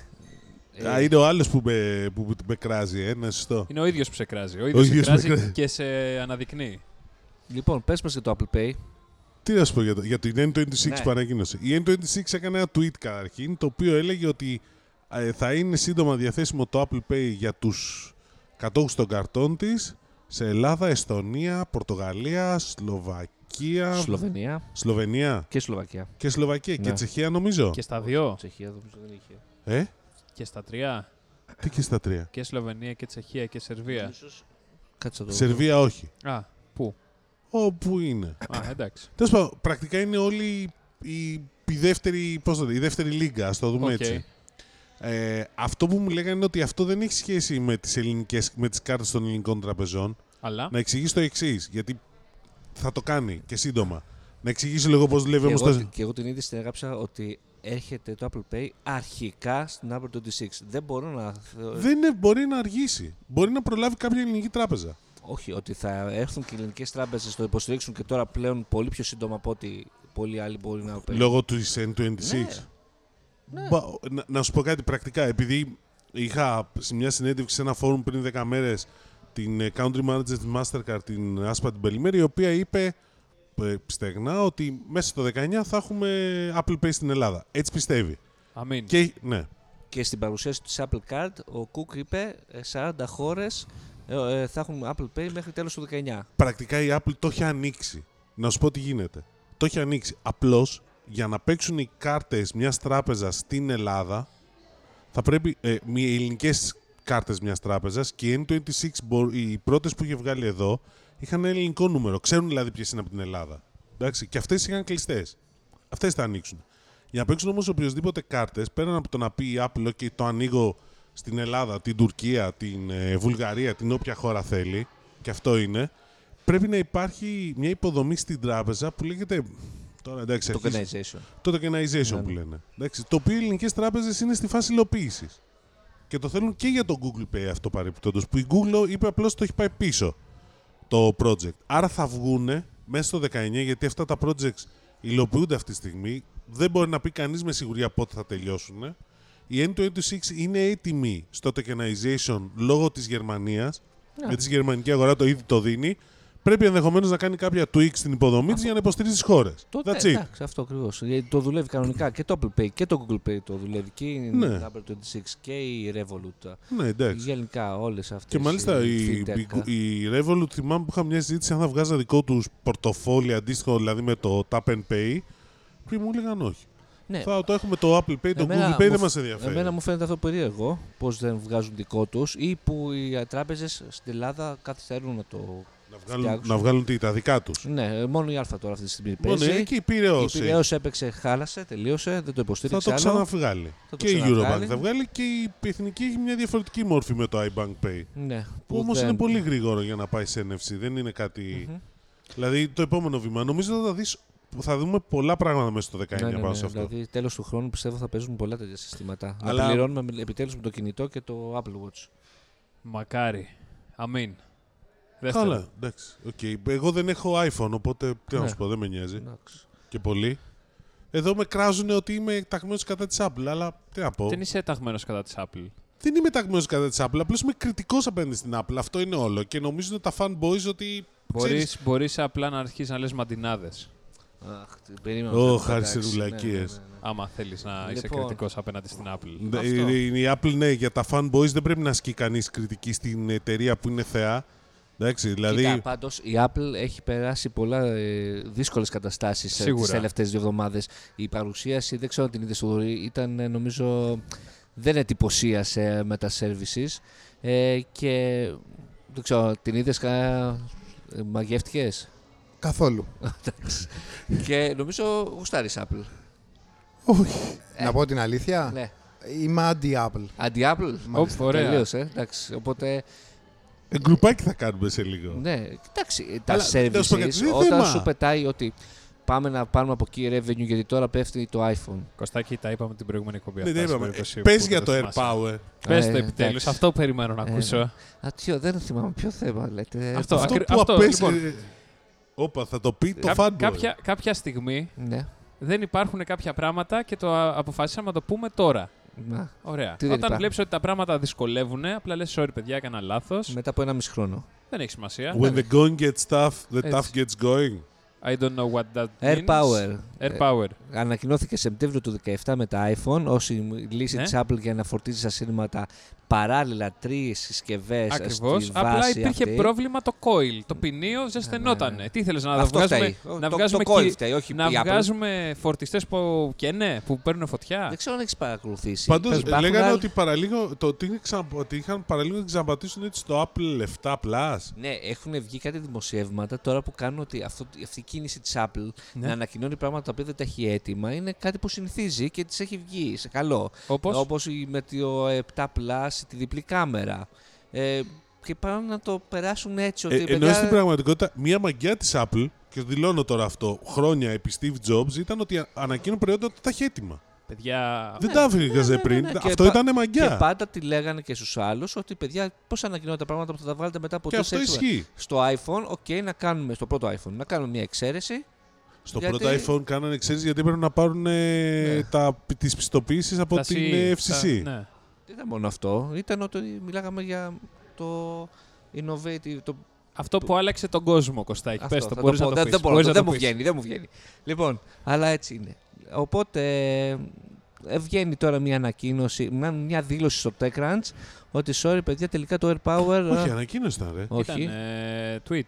Α, είναι ο άλλος που, με, που, που με κράζει, ε, ναι, σωστό.
Είναι ο ίδιος που σε κράζει. Ο ίδιος, σε
ίδιος με
κράζει
κράζει.
και σε αναδεικνύει.
Λοιπόν, πες μας για το Apple Pay.
Τι να σου πω για, το, για την N26
Ναι.
που ανακοίνωσε. Η N26 έκανε ένα tweet καταρχήν, το οποίο έλεγε ότι ε, θα είναι σύντομα διαθέσιμο το Apple Pay για τους κατόχους των καρτών της σε Ελλάδα, Εστονία, Πορτογαλία, Σλοβακία,
Σλοβενία
Σλοβενία
και Σλοβακία.
και Σλοβακία και
Ναι.
Τσεχία νομίζω.
Και στα δύο.
Τσεχία νομίζω δεν είχε.
Ε,
Και στα τρία.
τι και στα τρία.
Και Σλοβενία και Τσεχία και Σερβία.
Κάτσε να το
Σερβία όχι.
Α, πού.
Όπου είναι.
Α, εντάξει.
Τέλος πάντων, πρακτικά είναι όλη η, η δεύτερη, πώς το λέει, η δεύτερη λίγκα, ας το δούμε
Οκ.
έτσι. Ε, αυτό που μου λέγανε είναι ότι αυτό δεν έχει σχέση με τις, ελληνικές, με τις κάρτες των ελληνικών τραπεζών.
Αλλά.
Να εξηγήσει το εξής, γιατί θα το κάνει και σύντομα. Να εξηγήσει λίγο πώς δουλεύει όμως
Και εγώ,
το...
και εγώ την είδη στην έγραψα ότι έρχεται το Apple Pay αρχικά στην Apple 26. Δεν μπορώ να θεωρώ.
Δεν είναι- μπορεί να αργήσει. Μπορεί να προλάβει κάποια ελληνική τράπεζα.
Όχι, ότι θα έρθουν και οι ελληνικές τράπεζες το υποστηρίξουν και τώρα πλέον πολύ πιο σύντομα από ό,τι πολλοί άλλοι μπορεί να παίρνουν.
Λόγω του N26. Μπα- να, να σου πω κάτι πρακτικά. Επειδή είχα σε μια συνέντευξη σε ένα φόρουμ πριν 10 μέρες την ε, country manager της Mastercard, την Άσπα την Πελημέρη, η οποία είπε ε, στεγνά ότι μέσα στο 19 θα έχουμε Apple Pay στην Ελλάδα. Έτσι πιστεύει.
Αμήν.
Και, ναι.
Και στην παρουσίαση της Apple Card, ο Cook είπε ε, 40 χώρες ε, θα έχουν Apple Pay μέχρι τέλος του 19.
πρακτικά η Apple το έχει ανοίξει. Να σου πω τι γίνεται. Το έχει ανοίξει. Απλώς για να παίξουν οι κάρτες μιας τράπεζας στην Ελλάδα, θα πρέπει. Ε, οι ελληνικές κάρτες μιας τράπεζας και οι N26, μπο- οι πρώτες που είχε βγάλει εδώ, είχαν ένα ελληνικό νούμερο. Ξέρουν δηλαδή ποιες είναι από την Ελλάδα. Εντάξει, και αυτές είχαν κλειστές. Αυτές θα ανοίξουν. Για να παίξουν όμως οποιοδήποτε κάρτες, πέραν από το να πει η Apple, OK, το ανοίγω στην Ελλάδα, την Τουρκία, την ε, Βουλγαρία, την όποια χώρα θέλει, και αυτό είναι, πρέπει να υπάρχει μια υποδομή στην τράπεζα που λέγεται. Τώρα εντάξει,
Το
αρχίζει-
organization.
το tokenization
Ναι.
που λένε. Εντάξει, το οποίο οι ελληνικές τράπεζες είναι στη φάση υλοποίησης. Και το θέλουν και για το Google Pay αυτό παρεπιπτόντω. Που η Google είπε απλώς το έχει πάει πίσω το project. Άρα θα βγούνε μέσα στο 19 γιατί αυτά τα projects υλοποιούνται αυτή τη στιγμή. Δεν μπορεί να πει κανείς με σιγουριά πότε θα τελειώσουν. Η N26 είναι έτοιμη
Ναι.
στο tokenization λόγω της Γερμανίας. Γιατί η γερμανική αγορά το ήδη το δίνει. πρέπει ενδεχομένως να κάνει κάποια tweak στην υποδομή της για να υποστηρίζει τις χώρες.
Τότε εντάξει, αυτό ακριβώς. Γιατί το δουλεύει κανονικά και το Apple Pay και το Google Pay το δουλεύει και η
Ναι.
Number 26 και η Revolut.
Ναι, εντάξει.
Γενικά όλες αυτές.
Και μάλιστα η, η,
ε.
η Revolut θυμάμαι που είχα μια συζήτηση αν θα βγάζα δικό τους πορτοφόλι αντίστοιχο δηλαδή με το Tap and Pay. Πριν μου έλεγαν όχι.
Ναι,
Θα το έχουμε το Apple Pay, Ε, το Google Pay
μου
δεν
φ-
μας ενδιαφέρει.
Εμένα μου φαίνεται αυτό περίεργο, πώς δεν βγάζουν δικό τους ή που οι τράπεζες στην Ελλάδα καθυστερούν να το.
Να, βγάλουν,
φτιάξουν.
να βγάλουν τι, τα δικά τους.
Ναι, μόνο η Α τώρα αυτή τη στιγμή
Μόνο
παίζει.
εκεί η
ε, η
Πειραιώση.
Πειραιώς έπαιξε, χάλασε, τελείωσε, δεν το
Θα
υποστήριξε
το
άλλο.
ξαναβγάλει.
το
Και η
ξαναβγάλει.
Eurobank θα βγάλει και η Εθνική έχει μια διαφορετική μόρφη με το iBank Pay.
Ναι,
Που όμως
δεν-
είναι πολύ γρήγορο για να πάει σε NFC. Δεν είναι κάτι-
Μμμ.
Δηλαδή το επόμενο βήμα νομίζω θα τα δεις, θα δούμε πολλά πράγματα μέσα στο 19 πάνω σε αυτό.
Ναι, Δηλαδή, τέλος του χρόνου πιστεύω θα παίζουν πολλά τέτοια συστήματα. Αλλά...
Αλλά-
Να πληρώνουμε επιτέλους με το κινητό και το Apple Watch.
Μακάρι. Αμήν. Δεύτερο.
Καλά, εντάξει. οκ. Εγώ δεν έχω iPhone, οπότε τι να
Ναι.
σου πω, δεν με νοιάζει.
Εντάξει.
Και πολύ. Εδώ με κράζουν ότι είμαι ταγμένος κατά της Apple, αλλά τι να πω.
Δεν είσαι ταγμένος κατά της Apple.
Δεν είμαι ταγμένος κατά της Apple, απλώς είμαι κριτικός απέναντι στην Apple. Αυτό είναι όλο. Και νομίζουν τα fanboys ότι.
Μπορεί
ξέρεις,
μπορείς απλά να αρχίσεις να λες μαντινάδες.
Αχ, τι- περίμενα.
Ω,
να
χάρη
Ναι, εντάξει,
σε ρουλακίες.
ναι, ναι, ναι.
Άμα θέλεις να είσαι
Λοιπόν.
κριτικός απέναντι στην Apple.
ναι,
αυτό.
Η η Apple, ναι, για τα fanboys δεν πρέπει να ασκεί κανείς κριτική στην εταιρεία που είναι θεά. Εντάξει,
Κοίτα,
δηλαδή.
πάντως, η Apple έχει περάσει πολλά ε, δύσκολες καταστάσεις
Σίγουρα.
τι τελευταίες δύο εβδομάδες. Η παρουσίαση, δεν ξέρω αν την είδες στο δωρή, ήταν ε, νομίζω. δεν εντυπωσίασε με τα services. Ε, και δεν ξέρω, την ε, είδε κανένα. Μαγεύτηκες.
Καθόλου.
και νομίζω γουστάρεις Apple.
Να πω την αλήθεια.
Ε, ναι.
Είμαι αντι-Apple.
Αντι-Apple.
Οπ, ωραία.
Τελείωσε. Εντάξει, οπότε.
ε, Γκρουπάκι θα κάνουμε σε λίγο.
Ναι, κοιτάξτε, τα
Αλλά, τέλος πάντων,
services
δεν είναι
όταν
θέμα.
σου πετάει ότι πάμε να πάρουμε από εκεί revenue γιατί τώρα πέφτει το iPhone.
Κωστάκι, τα είπαμε την προηγούμενη εκπομπή.
Ναι,
αυτά,
ναι,
στην
είπαμε.
περίπτωση
Πες
που
για
δεν
το Air
θυμάσαι.
Power.
Πες
Ε,
το επιτέλους.
εντάξει.
Αυτό περιμένω να
Ε,
ακούσω.
Α, τι, δεν θυμάμαι ποιο θέμα λέτε.
Αυτό,
Αυτό
ακρι-
που
αυτό,
απέσυρε-
λοιπόν.
Όπα, θα το πει το
Κά-
fanboy.
κάποια, κάποια στιγμή
Ναι.
δεν υπάρχουν κάποια πράγματα και το α- αποφάσισαμε να το πούμε τώρα.
Να.
Ωραία.
Τι δεν
Όταν
υπάρχει.
βλέπεις ότι τα πράγματα δυσκολεύουν, απλά λες: Sorry, παιδιά, έκανα λάθος.
Μετά από ένα μισή χρόνο.
Δεν έχει σημασία.
When the going gets tough, the
Έτσι.
tough gets going.
I don't know what that
Air
means.
Power.
Air
Ε,
Power.
Ανακοινώθηκε Σεπτέμβριο του 17 με τα iPhone ως η λύση
Ναι.
της Apple για να φορτίζει ασύρματα παράλληλα τρεις συσκευές
Ακριβώς.
Ε, στη βάση
Απλά υπήρχε
αυτή. Ε,
πρόβλημα το coil. Το ποινίο ζεσθενότανε.
ναι.
Τι ήθελες να
Αυτό
βγάζουμε,
φταίει.
να
το,
βγάζουμε,
το call
κι-
φταίει, όχι
να
η Apple.
βγάζουμε φορτιστές που καίνε, που παίρνουν φωτιά.
Δεν ξέρω αν έχεις παρακολουθήσει.
Πάντως
Υπάρχουν
λέγανε
άλλα-
ότι παραλίγο, το ότι, είναι ξα- ότι είχαν παραλίγο να ξαμπατήσουν έτσι το Apple 7 Plus.
Ναι, έχουν βγει κάτι δημοσιεύματα τώρα που κάνουν ότι αυτό, αυτή η κίνηση της Apple
Ναι.
να ανακοινώνει πράγματα τα οποία δεν τα έχει έτοιμα είναι κάτι που συνηθίζει και τη έχει βγει σε καλό.
Όπως.
Όπως με το 7 Plus, τη διπλή κάμερα. Ε, και πάνε να το περάσουν έτσι. Ότι,
Ε,
παιδιά,
ενώ στην πραγματικότητα μία μαγιά της Apple, και δηλώνω τώρα αυτό χρόνια επί Steve Jobs, ήταν ότι ανακοίνουν προϊόντα ότι τα είχε έτοιμα.
Παιδιά.
Δεν τα έφυγε
ναι, ναι,
πριν.
ναι. Και
Αυτό
πα-
ήταν
και
μαγιά.
πάντα τη λέγανε και στους άλλους ότι παιδιά, πώς ανακοινώνετε τα πράγματα που θα τα βγάλετε μετά από
Και
τέσσερις
αυτό
ώρες.
ισχύει.
Στο iPhone, οκ, να κάνουμε, στο πρώτο iPhone, να κάνουμε μια εξαίρεση.
Στο
Γιατί-
πρώτο iPhone κάνανε εξαίρεση γιατί πρέπει να πάρουν ε,
Ναι.
τα, τις πιστοποίησεις από
τα
την
C-
ε,
τα-
FCC.
ναι.
Δεν ήταν μόνο αυτό, ήταν ότι μιλάγαμε για το innovative, το
Αυτό που άλλαξε τον κόσμο, Κωστάκη.
Αυτό,
Πες το,
θα
μπορείς
πω.
να το
δεν,
πεις.
δεν μπορώ,
μπορείς
δεν,
να το
μου
πεις.
βγαίνει, δεν μου βγαίνει. Λοιπόν, αλλά έτσι είναι. Οπότε ε, βγαίνει τώρα μια ανακοίνωση, μια, μια δήλωση στο TechCrunch ότι sorry παιδιά τελικά το Air Power...
Όχι,
α,
ανακοίνωση ήταν, ρε.
όχι.
Ήταν ε, tweet. Ε,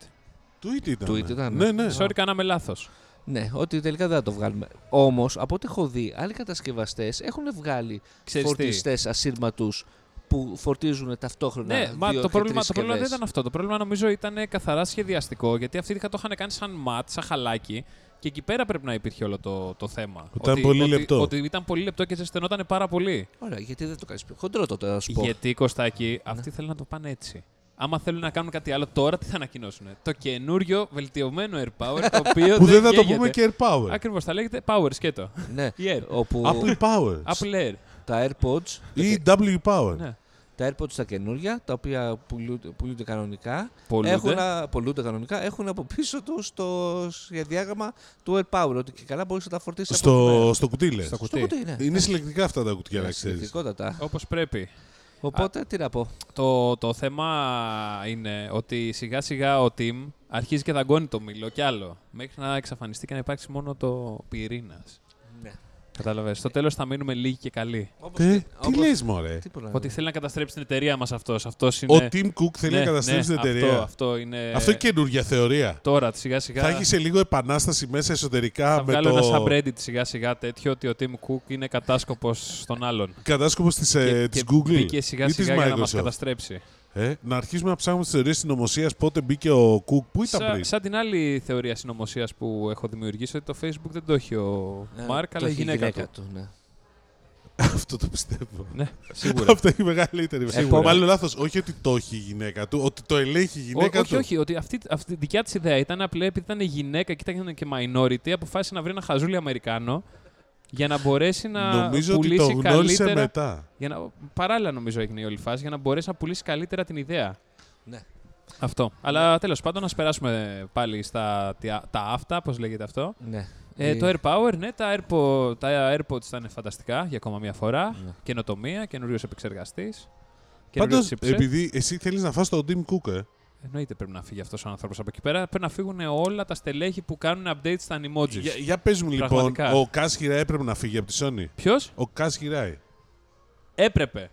Tweet ήταν.
Tweet ήταν.
Ναι, ναι.
Sorry, κάναμε λάθος.
Ναι, ότι τελικά δεν θα το βγάλουμε. Όμως, από ό,τι έχω δει, άλλοι κατασκευαστές έχουν βγάλει
Ξέρεις τι.
φορτιστές ασύρματους που φορτίζουν ταυτόχρονα.
Ναι, μα
δύο
το
και
πρόβλημα,
τρεις
το πρόβλημα δεν
συσκευές.
ήταν αυτό. Το πρόβλημα νομίζω ήταν καθαρά σχεδιαστικό γιατί αυτοί θα το είχαν κάνει σαν ματ, σαν χαλάκι. Και εκεί πέρα πρέπει να υπήρχε όλο το, το θέμα.
Ήταν πολύ
ότι,
λεπτό.
Ότι ήταν πολύ λεπτό και ζεσθενόταν πάρα πολύ.
Ωραία, γιατί δεν το κάνεις πιο χοντρό τότε, να σου πω.
Γιατί Κωστάκη, αυτοί θέλουν να το πάνε έτσι. Άμα θέλουν να κάνουν κάτι άλλο, τώρα τι θα ανακοινώσουν. Το καινούριο βελτιωμένο Air Power, το οποίο.
Που δεν θα το
καίγεται.
πούμε και Air Power.
Ακριβώς, θα λέγεται Power σκέτο.
Ναι,
Yeah.
όπου
Apple Power.
Apple Air.
τα AirPods
Ή W Power.
Ναι.
τα AirPods τα καινούργια, τα οποία πουλούνται, πουλούνται κανονικά,
Πολλούνται.
Έχουν, α- πουλούνται κανονικά, έχουν από πίσω τους το σχεδιάγραμμα του Air Power. Ότι και καλά μπορείς να τα φορτίσεις από εκεί
Στο,
Ναι.
πέρα.
στο κουτί λες.
Στο κουτί.
Στο κουτί, ναι.
Είναι συλλεκτικά αυτά τα κουτιά, να ξέρεις.
Συλλεκτικότατα.
Όπως πρέπει.
Οπότε τι να πω.
Το, το θέμα είναι ότι σιγά σιγά ο team αρχίζει και δαγκώνει το μήλο κι άλλο. Μέχρι να εξαφανιστεί και να υπάρξει μόνο το πυρήνας.
Ναι.
Κατάλαβες. Στο τέλος θα μείνουμε λίγοι και καλοί.
Ε, Τι, τι λες μωρέ.
Τι προλάβει.
Ότι θέλει να καταστρέψει την εταιρεία μας αυτός. Αυτός είναι.
Ο Tim Cook θέλει
Ναι,
να καταστρέψει
ναι,
την εταιρεία.
Αυτό, ε. αυτό είναι.
Αυτό είναι καινούργια θεωρία.
Τώρα σιγά σιγά.
Θα έχεις σε λίγο επανάσταση μέσα εσωτερικά
Θα
με
βγάλω
το
ένα subreddit σιγά σιγά τέτοιο ότι ο Tim Cook είναι κατάσκοπος των άλλων.
κατάσκοπος της
και, και
Ε, Google
μπήκε σιγά
ή της
σιγά για να μας
Microsoft.
καταστρέψει.
Ε, να αρχίσουμε να ψάχνουμε τις θεωρίες συνωμοσίας πότε μπήκε ο Cook. Πού ήταν
Σαν,
πριν.
σαν την άλλη θεωρία συνωμοσίας που έχω δημιουργήσει, ότι το Facebook δεν το έχει ο
Ε,
Μάρκ,
το
αλλά η
έχει
γυναίκα, του.
ναι.
Αυτό το πιστεύω.
Ναι, σίγουρα.
Αυτό έχει μεγαλύτερη
Σίγουρα.
Μάλλον λάθος. Όχι ότι το έχει η γυναίκα του, ότι το ελέγχει η
Ο-
γυναίκα
όχι,
του.
όχι, ότι αυτή, αυτή η δικιά της ιδέα ήταν απλά επειδή ήταν γυναίκα και ήταν και minority, αποφάσισε να βρει ένα χαζούλι Αμερικάνο για να μπορέσει να
Νομίζω ότι
πουλήσει
το γνώρισε
καλύτερα.
μετά.
Για να, παράλληλα νομίζω έγινε η όλη φάση, για να μπορέσει να πουλήσει καλύτερα την ιδέα.
Ναι.
Αυτό. Αλλά τέλος πάντων, να περάσουμε πάλι στα τι- τα αυτά, πώς λέγεται αυτό.
ναι.
Ε,
Ε,
το Air Power, ναι, τα, Airpo, τα AirPods ήταν φανταστικά για ακόμα μια φορά.
Ναι.
Καινοτομία, καινούριο επεξεργαστής.
Πάντω,
Καινούριο chipset.
επειδή εσύ θέλεις να φας τον Tim Cook, ε.
Εννοείται πρέπει να φύγει αυτός ο άνθρωπος από εκεί πέρα. Πρέπει να φύγουν όλα τα στελέχη που κάνουν update στα emojis.
Για, για πες μου λοιπόν,
Πραγματικά.
ο Κάς Χιράι έπρεπε να φύγει από τη Sony.
Ποιος
Ο Κάς Χιράι.
έπρεπε.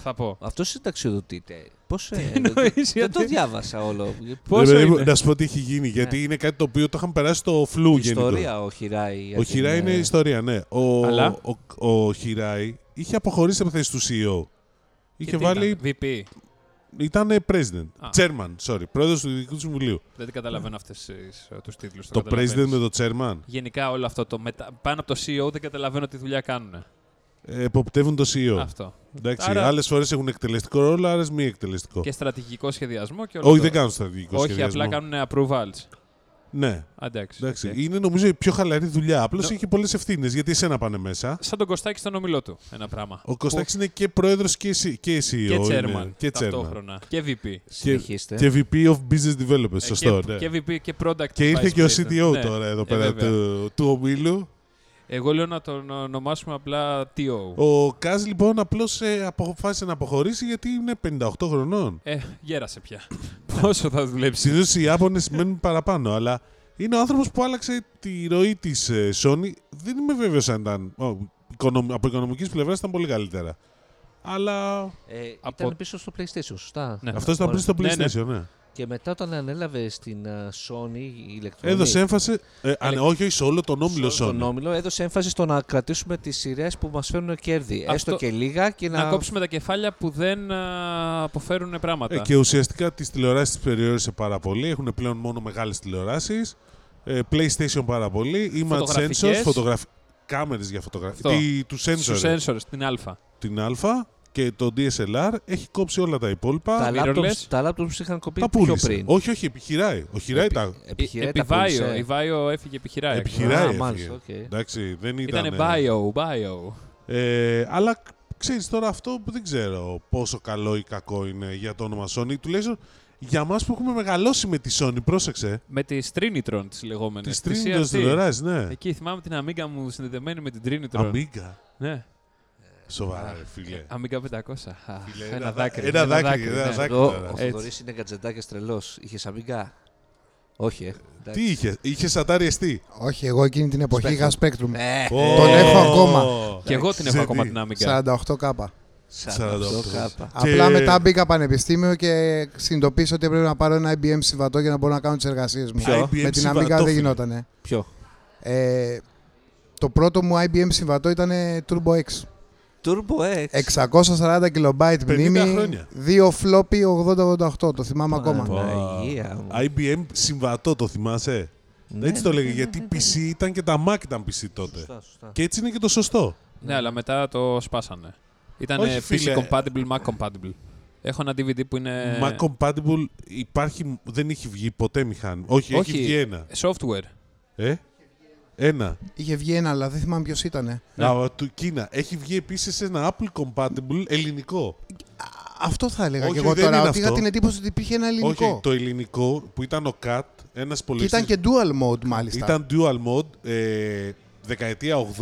Θα πω.
Αυτός συνταξιοδοτείται. Πώς
εννοείς,
Δεν το
γιατί-
διάβασα όλο.
Πόσο
Ρε παιδί μου,
είναι?
Δηλαδή,
Ναι.
Να σου πω τι έχει γίνει, γιατί είναι κάτι το οποίο το είχαμε περάσει στο φλου γενικό.
Ιστορία ο ε, Χιράι.
Ο Χιράι είναι ιστορία, ναι. Ο,
Αλλά?
ο, ο Χιράι είχε αποχωρήσει από τη θέση του CEO. Είχε
Και τι
βάλει.
ήταν, VP.
Ήταν ε, president.
Α.
Chairman, sorry. Πρόεδρος του Διοικητικού Συμβουλίου.
Δεν την καταλαβαίνω ε, αυτέ τους τίτλους.
Το president με το chairman.
Γενικά όλο αυτό το μετα... πάνω από το CEO δεν καταλαβαίνω τι δουλειά κάνουν.
Ε, Εποπτεύουν το CEO.
Αυτό.
Εντάξει.
Άρα-
Άλλες φορές έχουν εκτελεστικό ρόλο, άλλες μη εκτελεστικό.
Και στρατηγικό σχεδιασμό και όλο
Όχι,
το-
δεν κάνουν στρατηγικό
Όχι,
σχεδιασμό.
απλά κάνουν approvals.
Ναι.
Α, Εντάξει.
Εντάξει.
οκ.
Είναι νομίζω η πιο χαλαρή δουλειά. Απλώς
Νο-
έχει πολλές ευθύνες. Γιατί εσένα πάνε μέσα.
Σαν τον Κωστάκη στον ομιλό του. Ένα πράγμα.
Ο Κωστάκης είναι και πρόεδρος και, εσύ- και CEO.
Και
είναι.
chairman.
Και chairman.
ταυτόχρονα. Και VP.
Συνεχίστε.
Και VP of Business Development.
Ε,
Σωστό.
και,
ναι.
και VP και product.
Και ήρθε
vice
και ο
president.
CTO
Ναι.
τώρα εδώ
Ε,
πέρα
βέβαια.
του, του ομίλου.
Εγώ λέω να τον ονομάσουμε απλά TO.
Ο Κάζ λοιπόν απλώς αποφάσισε να αποχωρήσει γιατί είναι 58 χρονών.
Ε, γέρασε πια. Πόσο θα δουλέψει.
Συνήθως οι Ιάπωνες μένουν παραπάνω, αλλά είναι ο άνθρωπος που άλλαξε τη ροή της Sony. Δεν είμαι βέβαιος αν ήταν. ο, οικονομ- από οικονομικής πλευράς ήταν πολύ καλύτερα. Αλλά
Ε,
Από-
Ήταν πίσω στο PlayStation, σωστά.
Ναι.
αυτό ήταν πριν στο
Ναι, ναι.
PlayStation, Ναι. ναι.
Και μετά όταν ανέλαβε στην ε, Sony η ηλεκτρονική.
Έδωσε έμφαση. ε, αν-
Αλε-
όχι, όχι, σε όλο τον όμιλο
Στον
Sony.
όμιλο έδωσε έμφαση στο να κρατήσουμε τις σειρές που μας φέρνουν κέρδη.
Αυτό-
Έστω και λίγα και να.
Να κόψουμε τα κεφάλια που δεν α, αποφέρουν πράγματα.
Ε, και ουσιαστικά τις τηλεοράσεις τις περιόρισε πάρα πολύ. Έχουν πλέον μόνο μεγάλες τηλεοράσεις. Ε, PlayStation πάρα πολύ. Image sensors,
Φωτογραφικές.
φωτογραφ... κάμερες για φωτογραφία.
Αυτό.
Τι, τους
Στους
sensor,
sensors, την Α.
την Α και το DSLR. Έχει κόψει όλα τα υπόλοιπα.
Τα
mirrorless.
laptops, τα laptops είχαν κοπεί
Τα
πιο
πούλησε.
πριν.
Όχι, όχι, επιχειράει. Ο Χιράι τα.
Επιχειρέ,
Επί
τα πούλησε.
Βάιο. Η Βάιο έφυγε επί Χιράι.
Επιχειράει,
Α,
έφυγε.
μάλιστα, οκ.
Εντάξει, δεν ήταν.
Ήταν bio, bio.
Ε, αλλά ξέρεις τώρα αυτό που δεν ξέρω πόσο καλό ή κακό είναι για το όνομα Sony. Τουλάχιστον για μας που έχουμε μεγαλώσει με τη Sony, πρόσεξε.
Με τη Trinitron τι λεγόμενε.
Τη Trinity τηλεοράσει, ναι.
Εκεί θυμάμαι την Amiga μου συνδεδεμένη με την Trinitron.
Αμίγκα.
Ναι.
Σοβαρά, ρε φίλε.
Amiga 500. Α,
Φίλε,
ένα δάκρυ.
Ένα δάκρυ.
ναι.
Ένα δάκρυ.
Εδώ
τώρα.
ο
Έτσι.
Θοδωρής είναι γκατζεντάκιας τρελός. Είχες αμυγκά. Όχι, ε.
Τι είχες, είχες σατάρι εστί.
Όχι, εγώ εκείνη την εποχή είχα Spectrum.
Ε,
Ω,
έχω ακόμα.
Και εγώ την έχω
Ζετή.
ακόμα την Amiga.
48.
48
48K.
κάπα.
Απλά μετά μπήκα πανεπιστήμιο και συνειδητοποίησα ότι έπρεπε να πάρω ένα IBM συμβατό για να μπορώ να κάνω τις εργασίες μου.
Ποιο?
Με
IBM
την
συμβατό,
Amiga δεν
φίλε.
γινότανε.
Ποιο.
Ε, το πρώτο μου IBM συμβατό ήταν Turbo X.
Turbo X.
640 KB
50
μνήμη,
χρόνια.
2 floppy 8088, το θυμάμαι ακόμα.
Παναγία μου.
IBM συμβατό το θυμάσαι.
Ναι,
Έτσι το
ναι,
λέγε,
ναι, ναι,
γιατί
ναι.
PC ήταν και τα Mac ήταν PC τότε.
Σωστά, σωστά.
Και έτσι είναι και το σωστό.
Ναι, αλλά μετά το σπάσανε. Ήταν
Όχι,
PC
φίλε.
compatible, Mac compatible. Έχω ένα DVD που
Ε.
είναι.
Mac compatible υπάρχει, δεν έχει βγει ποτέ μηχάνημα. Όχι,
Όχι.
έχει βγει ένα.
Software.
Ε? Ένα.
Είχε βγει ένα, αλλά δεν θυμάμαι ποιος ήταν.
Ναι.
Α, του Κίνα. Έχει βγει επίσης ένα Apple compatible ελληνικό.
Αυτό θα έλεγα
Όχι,
και εγώ
δεν είναι
τώρα. Ότι είχα
αυτό.
την εντύπωση ότι υπήρχε ένα ελληνικό.
Όχι, το ελληνικό που ήταν ο CAT, ένας
Και
υπολογιστή.
ήταν και dual mode μάλιστα.
ήταν dual mode, ε, δεκαετία 80.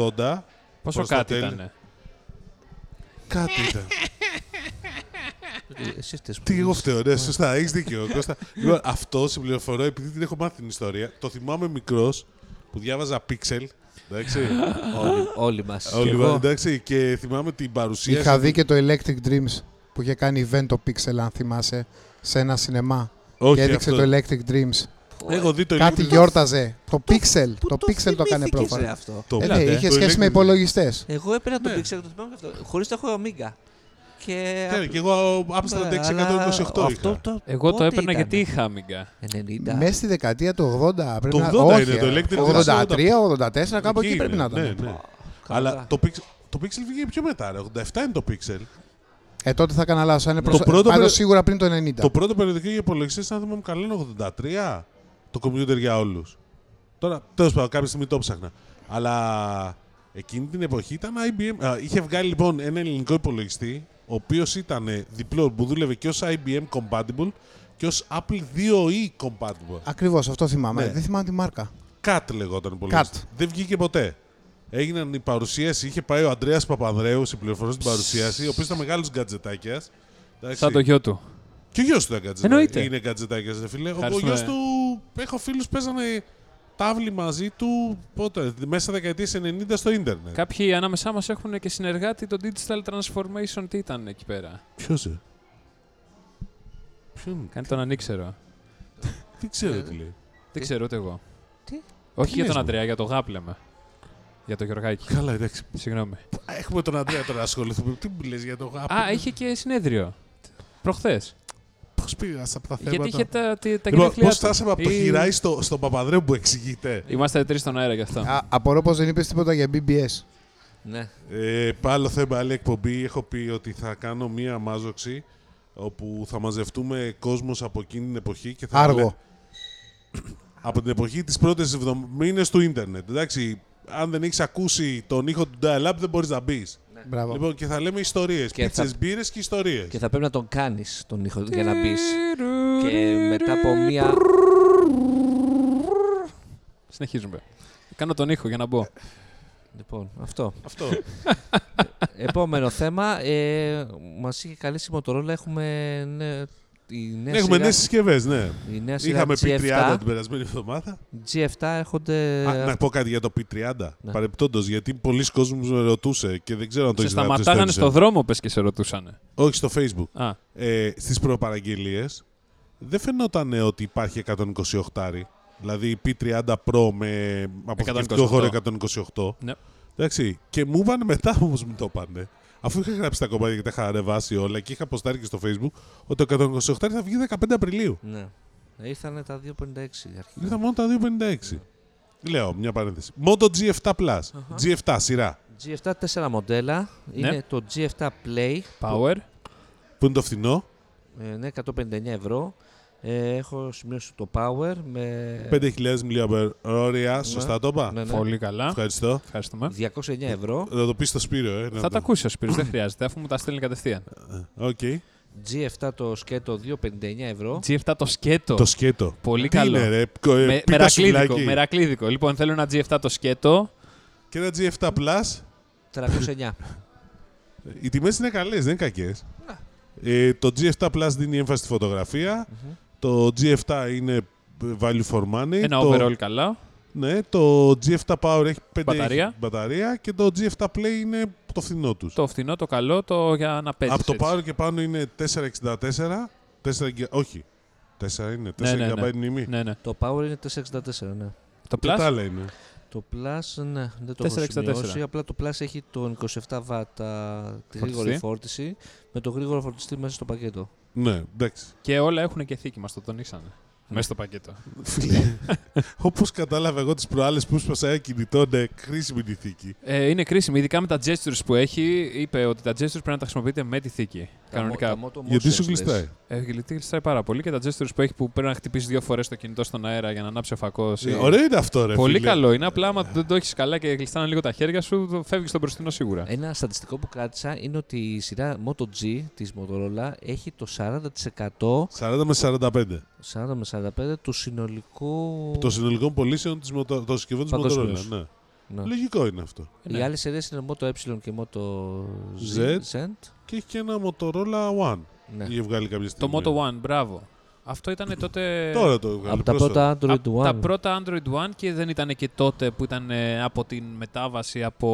Πόσο
Προς το
κάτι
τέλος.
ήταν.
Κάτι ήταν.
Ε, Εσύ φταίει.
Τι εγώ φταίω, ναι, σωστά, έχεις δίκιο. Κώστα. λοιπόν, αυτό σε πληροφορώ επειδή την έχω μάθει την ιστορία. Το θυμάμαι μικρός που διάβαζα Pixel. Εντάξει.
Όλοι μας.
Όλοι μας, εντάξει, και θυμάμαι την παρουσία.
Είχα δει και το Electric Dreams που είχε κάνει event το Pixel, αν θυμάσαι, σε ένα σινεμά. και έδειξε το Electric Dreams.
Έχω δει το
Κάτι
Electric-
γιόρταζε. Το Pixel. Το Pixel το έκανε
θυμήθηκες,
πρόφατα.
ρε, αυτό.
Το-
Ε,
Έλα,
ναι,
ναι.
είχε
Το
σχέση με
Electric-
υπολογιστές.
Εγώ έπαιρνα το Pixel και το θυμάμαι και αυτό. Χωρίς το έχω Amiga. Και.
Ναι, και εγώ Apple
Ναι, αλλά
3628
αυτό
είχα.
το-
Εγώ το
πότε
έπαιρνα
ήταν?
γιατί είχα άμυγκα.
90.
Μέσα στη δεκαετία του 80 πρέπει να
80
όχι,
είναι το
ε,
Electric Dreams,
83, 84, κάπου εκεί
είναι,
πρέπει να ήταν.
ναι, ναι. Αλλά το Pixel, το Pixel βγήκε πιο μετά, ρε. 87 είναι το Pixel.
Ε, τότε θα έκανα λάθος. Είναι προς...
πρώτο
Πάντως
περι-
σίγουρα πριν το 90.
Το πρώτο περιοδικό για υπολογιστές, αν θυμάμαι καλά, είναι 83. Το κομπιούτερ για όλους. Τώρα, τέλος πάντων, κάποια στιγμή το ψάχνα. Αλλά εκείνη την εποχή ήταν IBM. Α, είχε βγάλει λοιπόν ένα ελληνικό υπολογιστή, ο οποίος ήταν ε, διπλό, που δούλευε και ως IBM compatible και ως Apple 2E compatible.
Ακριβώς αυτό θυμάμαι.
Ναι.
Δεν θυμάμαι τη μάρκα.
Κατ λεγόταν πολύ. Δεν βγήκε ποτέ. Έγιναν οι παρουσίαση, είχε πάει ο Αντρέα Παπανδρέους, η πληροφορία στην παρουσίαση, ο οποίος ήταν μεγάλος γκατζετάκιας.
Σαν το γιο του.
Και ο γιος του ήταν γκατζετάκια.
Εννοείται.
Είναι γκατζετάκιας, ρε φίλε. Ο
Ευχαριστούμε.
γιος του. Έχω φίλους που παίζανε τάβλη μαζί του πότε, μέσα δεκαετία 90 στο ίντερνετ.
Κάποιοι ανάμεσά μας έχουν και συνεργάτη το Digital Transformation. Τι ήταν εκεί πέρα.
Ποιος
ε.
είναι. Ποιο είναι.
Κάνει τον ανήξερο.
Δεν
Ε,
ξέρω τι λέει.
Δεν ξέρω ούτε εγώ.
Τι?
Όχι για
λες,
τον
μου?
Αντρέα, για τον Γαπ λέμε. Για τον Γιωργάκη.
Καλά, εντάξει.
Συγγνώμη.
Έχουμε τον Αντρέα τώρα να ασχοληθούμε. Τι μου λες για το γάπη.
Α, είχε και συνέδριο. Προχθές.
Πώ πήγα από τα θέματα.
Γιατί είχε τα, Ε, τα,
Λοιπόν,
τα γενέθλιά
πώ
του.
φτάσαμε από το
Ή-
χειράι στο, στον Παπαδρέου που εξηγείται.
Είμαστε τρεις στον αέρα γι' αυτό.
Α, απορώ πως δεν είπες τίποτα για BBS.
Ναι.
Ε, πάλι θέμα, άλλη εκπομπή. Έχω πει ότι θα κάνω μία μάζοξη όπου θα μαζευτούμε κόσμος από εκείνη την εποχή και θα
Άργο.
από την εποχή τις πρώτες εβδο- μήνες του ίντερνετ. Εντάξει, αν δεν έχεις ακούσει τον ήχο του dial-up δεν μπορείς να μπεις.
Μπράβο.
Λοιπόν, και θα λέμε ιστορίες,
Και
πίτσες,
θα-
μπύρες και ιστορίες.
Και θα πρέπει να τον κάνεις τον ήχο για να μπεις. και μετά από μία.
Συνεχίζουμε. Κάνω τον ήχο για να
Ε,
μπω.
λοιπόν, αυτό.
Αυτό.
Επόμενο θέμα. Ε, Μας είχε καλέσει η Motorola. Έχουμε. Ναι, η νέα
έχουμε
σειρά,
νέες συσκευές, ναι.
η νέα σειρά
Είχαμε πει 30
G7.
την περασμένη εβδομάδα.
G7 έρχονται.
Α, να πω κάτι για το P30.
Ναι.
Παρεπιπτόντω, γιατί πολλοί κόσμοι με ρωτούσε και δεν ξέρω αν το
Σε
έχεις
σταματάγανε
γράψει
στο
στο
δρόμο, πες και σε ρωτούσανε.
Instagram. Όχι, στο Facebook.
Α,
ε, στις προπαραγγελίες δεν φαινόταν ε, ότι υπάρχει 128 Δηλαδή P30 Pro με αποθηκευτικό
128.
χώρο 128.
Ναι.
Εντάξει. Και μου είπαν μετά όμως μου το πάνε. Αφού είχα γράψει τα κομμάτια και τα είχα ανεβάσει όλα και είχα αποστάρει και στο Facebook ότι το 128 θα βγει 15 Απριλίου.
Ναι. Ε, Ήρθανε τα 2.56 αρχικά.
Ήρθα μόνο τα 256. Λέω μια παρένθεση. Moto G7 Plus. G7 σειρά.
G7 τέσσερα μοντέλα. Είναι το G7 Play.
power.
Που είναι το φθηνό.
Ε, ναι, 159 ευρώ. Ε, έχω σημειώσει το Power
Ε.
με
5.000 μιλιαμπερόρια. Σωστά το είπα.
ναι, ναι,
Πολύ καλά.
Ευχαριστώ.
Ευχαριστούμε.
209 ευρώ.
Θα το πεις στο Σπύριο, ε. να
Θα
το-
τα ακούσει ο Σπύρος, δεν χρειάζεται, αφού μου τα στέλνει κατευθείαν.
Οκ.
G7 το σκέτο 259 ευρώ.
G7 το σκέτο.
Το σκέτο.
Πολύ
Τι
καλό.
Είναι, ρε, κο- ε,
Με,
πίτα
μερακλίδικο,
σουβλάκι.
μερακλίδικο. Λοιπόν, θέλω ένα G7 το σκέτο.
Και ένα G7 Plus.
309.
Οι τιμές είναι καλές, δεν είναι κακές. Ε, το G7 Plus δίνει έμφαση στη φωτογραφια Το G7 είναι value for money.
Ένα
το,
overall καλά.
Ναι, το G7 Power έχει 5
Μπαταρία.
μπαταρία και το G7 Play είναι το φθηνό τους.
Το φθηνό, το καλό, το για να παίζεις.
Από το Power και πάνω είναι 464. 4, γκα- όχι. 4 είναι. 4
Ναι, ναι, ναι.
GB μνήμη.
Ναι, ναι.
το Power είναι 464, ναι.
Το
Και τα
Plus,
άλλα είναι.
Το Plus, ναι, δεν το έχω
464.
σημειώσει. Απλά το Plus έχει τον 27 W τη γρήγορη φόρτιση με το γρήγορο φορτιστή μέσα στο πακέτο.
Ναι, εντάξει.
Και όλα έχουν και θήκη, μας το τονίσανε. Μέσα στο πακέτο.
Φίλε, όπως κατάλαβα εγώ τις προάλλες που σπάσα ένα κινητό, ναι, χρήσιμη τη θήκη.
Ε, είναι κρίσιμη, ειδικά με τα gestures που έχει. Είπε ότι τα gestures πρέπει να τα χρησιμοποιείτε με τη θήκη.
Τα
κανονικά.
μο- τα Moto
Γιατί
Motion
σου
λες.
γλιστράει.
Ε, γλιτή γλιστράει πάρα πολύ και τα gestures που έχει που πρέπει να χτυπήσει δύο φορές το κινητό στον αέρα για να ανάψει ο φακός.
Ε, Ωραίο είναι αυτό, ρε.
Πολύ
φίλε. Ε.
καλό είναι. Απλά άμα δεν το έχεις καλά και γλιστάνε λίγο τα χέρια σου, φεύγεις στον μπροστινό σίγουρα.
Ένα στατιστικό που κράτησα είναι ότι η σειρά Moto G της Motorola έχει το 40%
40 με 45.
40 με 45 του συνολικού.
Το συνολικό πωλήσεων της μοτο... των συσκευών της Motorola.
Παγκοσμίως.
Ναι.
Ναι.
Λογικό είναι αυτό.
Οι
Ναι.
άλλες εταιρείε είναι Moto E και Moto
Z.
Z.
Και έχει και ένα Motorola One.
Ναι.
Είχε βγάλει κάποια
Το
στιγμή.
Moto One, μπράβο. Αυτό ήταν τότε.
Τώρα το βγάλει.
Από τα
πρόσφατα.
πρώτα Android
από
One.
τα πρώτα Android One και δεν ήταν και τότε που ήταν ε, από την μετάβαση από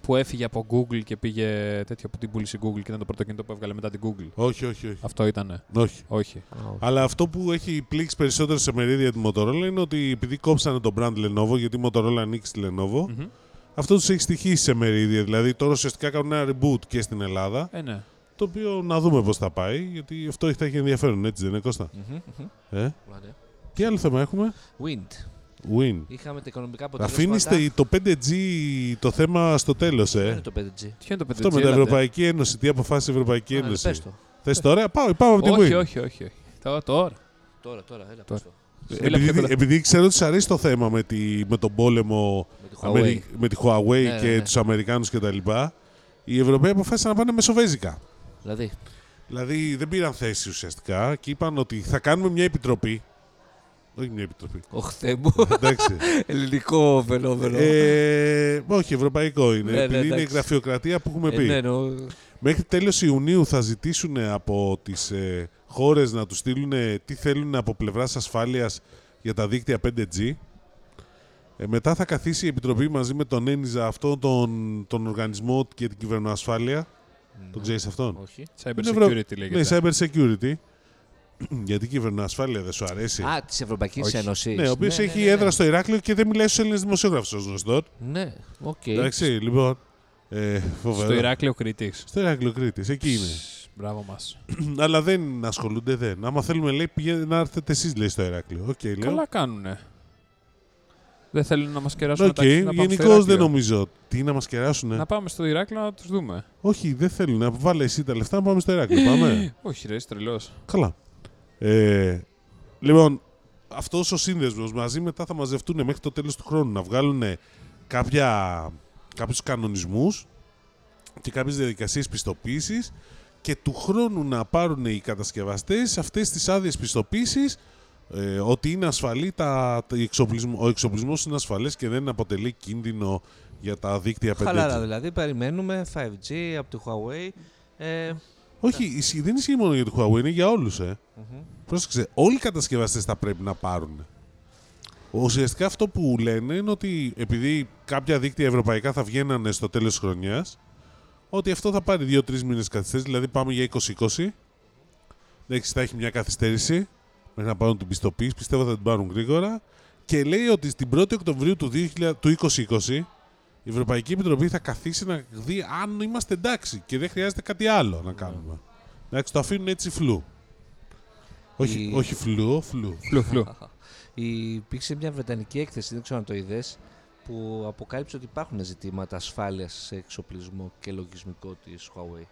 που έφυγε από Google και πήγε τέτοιο που την πούλησε η Google και ήταν το πρώτο κινητό που έβγαλε μετά την Google.
Όχι, όχι, όχι.
Αυτό ήτανε.
όχι.
Όχι.
Α, όχι.
Αλλά αυτό που έχει πλήξει περισσότερο σε μερίδια τη Motorola είναι ότι επειδή κόψανε τον brand Lenovo, γιατί η Motorola ανοίξει τη Lenovo,
Μμμ.
αυτό τους έχει στοιχήσει σε μερίδια. Δηλαδή τώρα ουσιαστικά κάνουν ένα reboot και στην Ελλάδα,
Ε, ναι.
το οποίο να δούμε πώς θα πάει, γιατί αυτό θα έχει ενδιαφέρον, έτσι δεν είναι Κώστα.
Μμμ, μμμ.
Ε?
Ωραία.
Τι άλλο θέμα έχουμε,
Wind.
Win.
Είχαμε τα οικονομικά αποτελέσματα.
Αφήνεστε το 5G το θέμα στο τέλος,
Τι
ε.
είναι Ναι, το 5G.
Τι είναι το 5G,
Αυτό με την
έλατε.
Ευρωπαϊκή Ένωση, τι αποφάσισε η Ευρωπαϊκή
Άντε,
Ένωση.
ναι, πες το.
Θες τώρα, πάω, πάω από την
Όχι,
Win.
όχι, όχι. όχι. Τώρα, τώρα.
Τώρα, τώρα,
Τώρα.
έλα, πες το.
Μίλα
Ε,
πιο
Επειδή,
κοντά.
επειδή ξέρω ότι σα αρέσει το θέμα με, τη, με τον πόλεμο
Με τη Huawei.
Αμερι- με τη Huawei
Ναι,
και
ναι, ναι.
τους Αμερικάνους και τα λοιπά, οι Ευρωπαίοι αποφάσισαν να πάνε μεσοβέζικα.
Δηλαδή,
Δηλαδή δεν πήραν θέση ουσιαστικά και είπαν ότι θα κάνουμε μια επιτροπή. Όχι μια επιτροπή.
οχ Θεέ μου,
Εντάξει.
ελληνικό φαινόμενο.
ε, όχι, ευρωπαϊκό είναι.
Ναι, ναι,
επειδή είναι η
εντάξει.
γραφειοκρατία που έχουμε
Ε,
πει.
ναι, εννοώ.
Μέχρι τέλος Ιουνίου θα ζητήσουν από τις ε, χώρες να τους στείλουν ε, τι θέλουν από πλευράς ασφάλειας για τα δίκτυα 5G. Ε, μετά θα καθίσει η Επιτροπή μαζί με τον Ένιζα αυτόν τον, τον οργανισμό και την κυβερνοασφάλεια.
Ναι.
Τον ξέρεις αυτόν.
Όχι.
Cyber
Είναι ευρω-
security
Ναι,
λέγεται.
cyber security. Γιατί η κυβερνοασφάλεια δεν σου αρέσει.
Α, της Ευρωπαϊκής Ένωσης.
ναι, ο οποίος έχει έδρα στο Ηράκλειο και δεν μιλάει στους Έλληνες δημοσιογράφους ως γνωστό.
Ναι, οκ.
Εντάξει, λοιπόν. Ε,
Στο
φοβερό.
Ηράκλειο Κρήτης.
Στο Ηράκλειο Κρήτης, εκεί είναι.
Μπράβο μας.
Αλλά δεν ασχολούνται, δεν. Άμα θέλουμε, λέει, πηγαίνετε να έρθετε εσείς, λέει στο Ηράκλειο. Οκ, λέω.
Καλά κάνουνε. Δεν θέλουν να μας κεράσουν
Οκ,
τα ξύνα, να πάμε στο
γενικώς δεν
Ηράκλειο.
νομίζω. Τι να μας κεράσουνε.
Να πάμε στο Ηράκλειο να τους δούμε.
Όχι, δεν θέλουν. Να βάλε εσύ τα λεφτά να πάμε στο Ηράκλειο. πάμε.
Όχι, ρε, τρελός.
Καλά. Ε, λοιπόν, αυτός ο σύνδεσμος μαζί μετά θα μαζευτούν μέχρι το τέλος του χρόνου να βγάλουν κάποια, κάποιους κανονισμούς και κάποιες διαδικασίες πιστοποίησης και του χρόνου να πάρουν οι κατασκευαστές αυτές τις άδειες πιστοποίησης ε, ότι είναι ασφαλή τα, τα- η εξοπλισμ- ο εξοπλισμός είναι ασφαλές και δεν αποτελεί κίνδυνο για τα δίκτυα 5G.
Χαλάρα δηλαδή, περιμένουμε 5G από τη Huawei. Ε,
Όχι, ισχύει- δεν ισχύει μόνο για τη Huawei, είναι για όλους, ε. Πρόσεξε, όλοι οι κατασκευαστές θα πρέπει να πάρουν. Ουσιαστικά αυτό που λένε είναι ότι επειδή κάποια δίκτυα ευρωπαϊκά θα βγαίνανε στο τέλος της χρονιάς, ότι αυτό θα πάρει 2-3 μήνες καθυστέρηση, δηλαδή πάμε για 20-20. Εντάξει, θα έχει μια καθυστέρηση μέχρι να πάρουν την πιστοποίηση, πιστεύω θα την πάρουν γρήγορα. Και λέει ότι στην 1η Οκτωβρίου του, 2000 του 2020 η Ευρωπαϊκή Επιτροπή θα καθίσει να δει αν είμαστε εντάξει και δεν χρειάζεται κάτι άλλο να κάνουμε. Εντάξει, το αφήνουν έτσι φλού. Όχι,
Η-
όχι φλού, φλού.
Φλου, φλου.
η- Υπήρξε μια βρετανική έκθεση, δεν ξέρω αν το είδες, που αποκάλυψε ότι υπάρχουν ζητήματα ασφάλειας σε εξοπλισμό και λογισμικό της Huawei.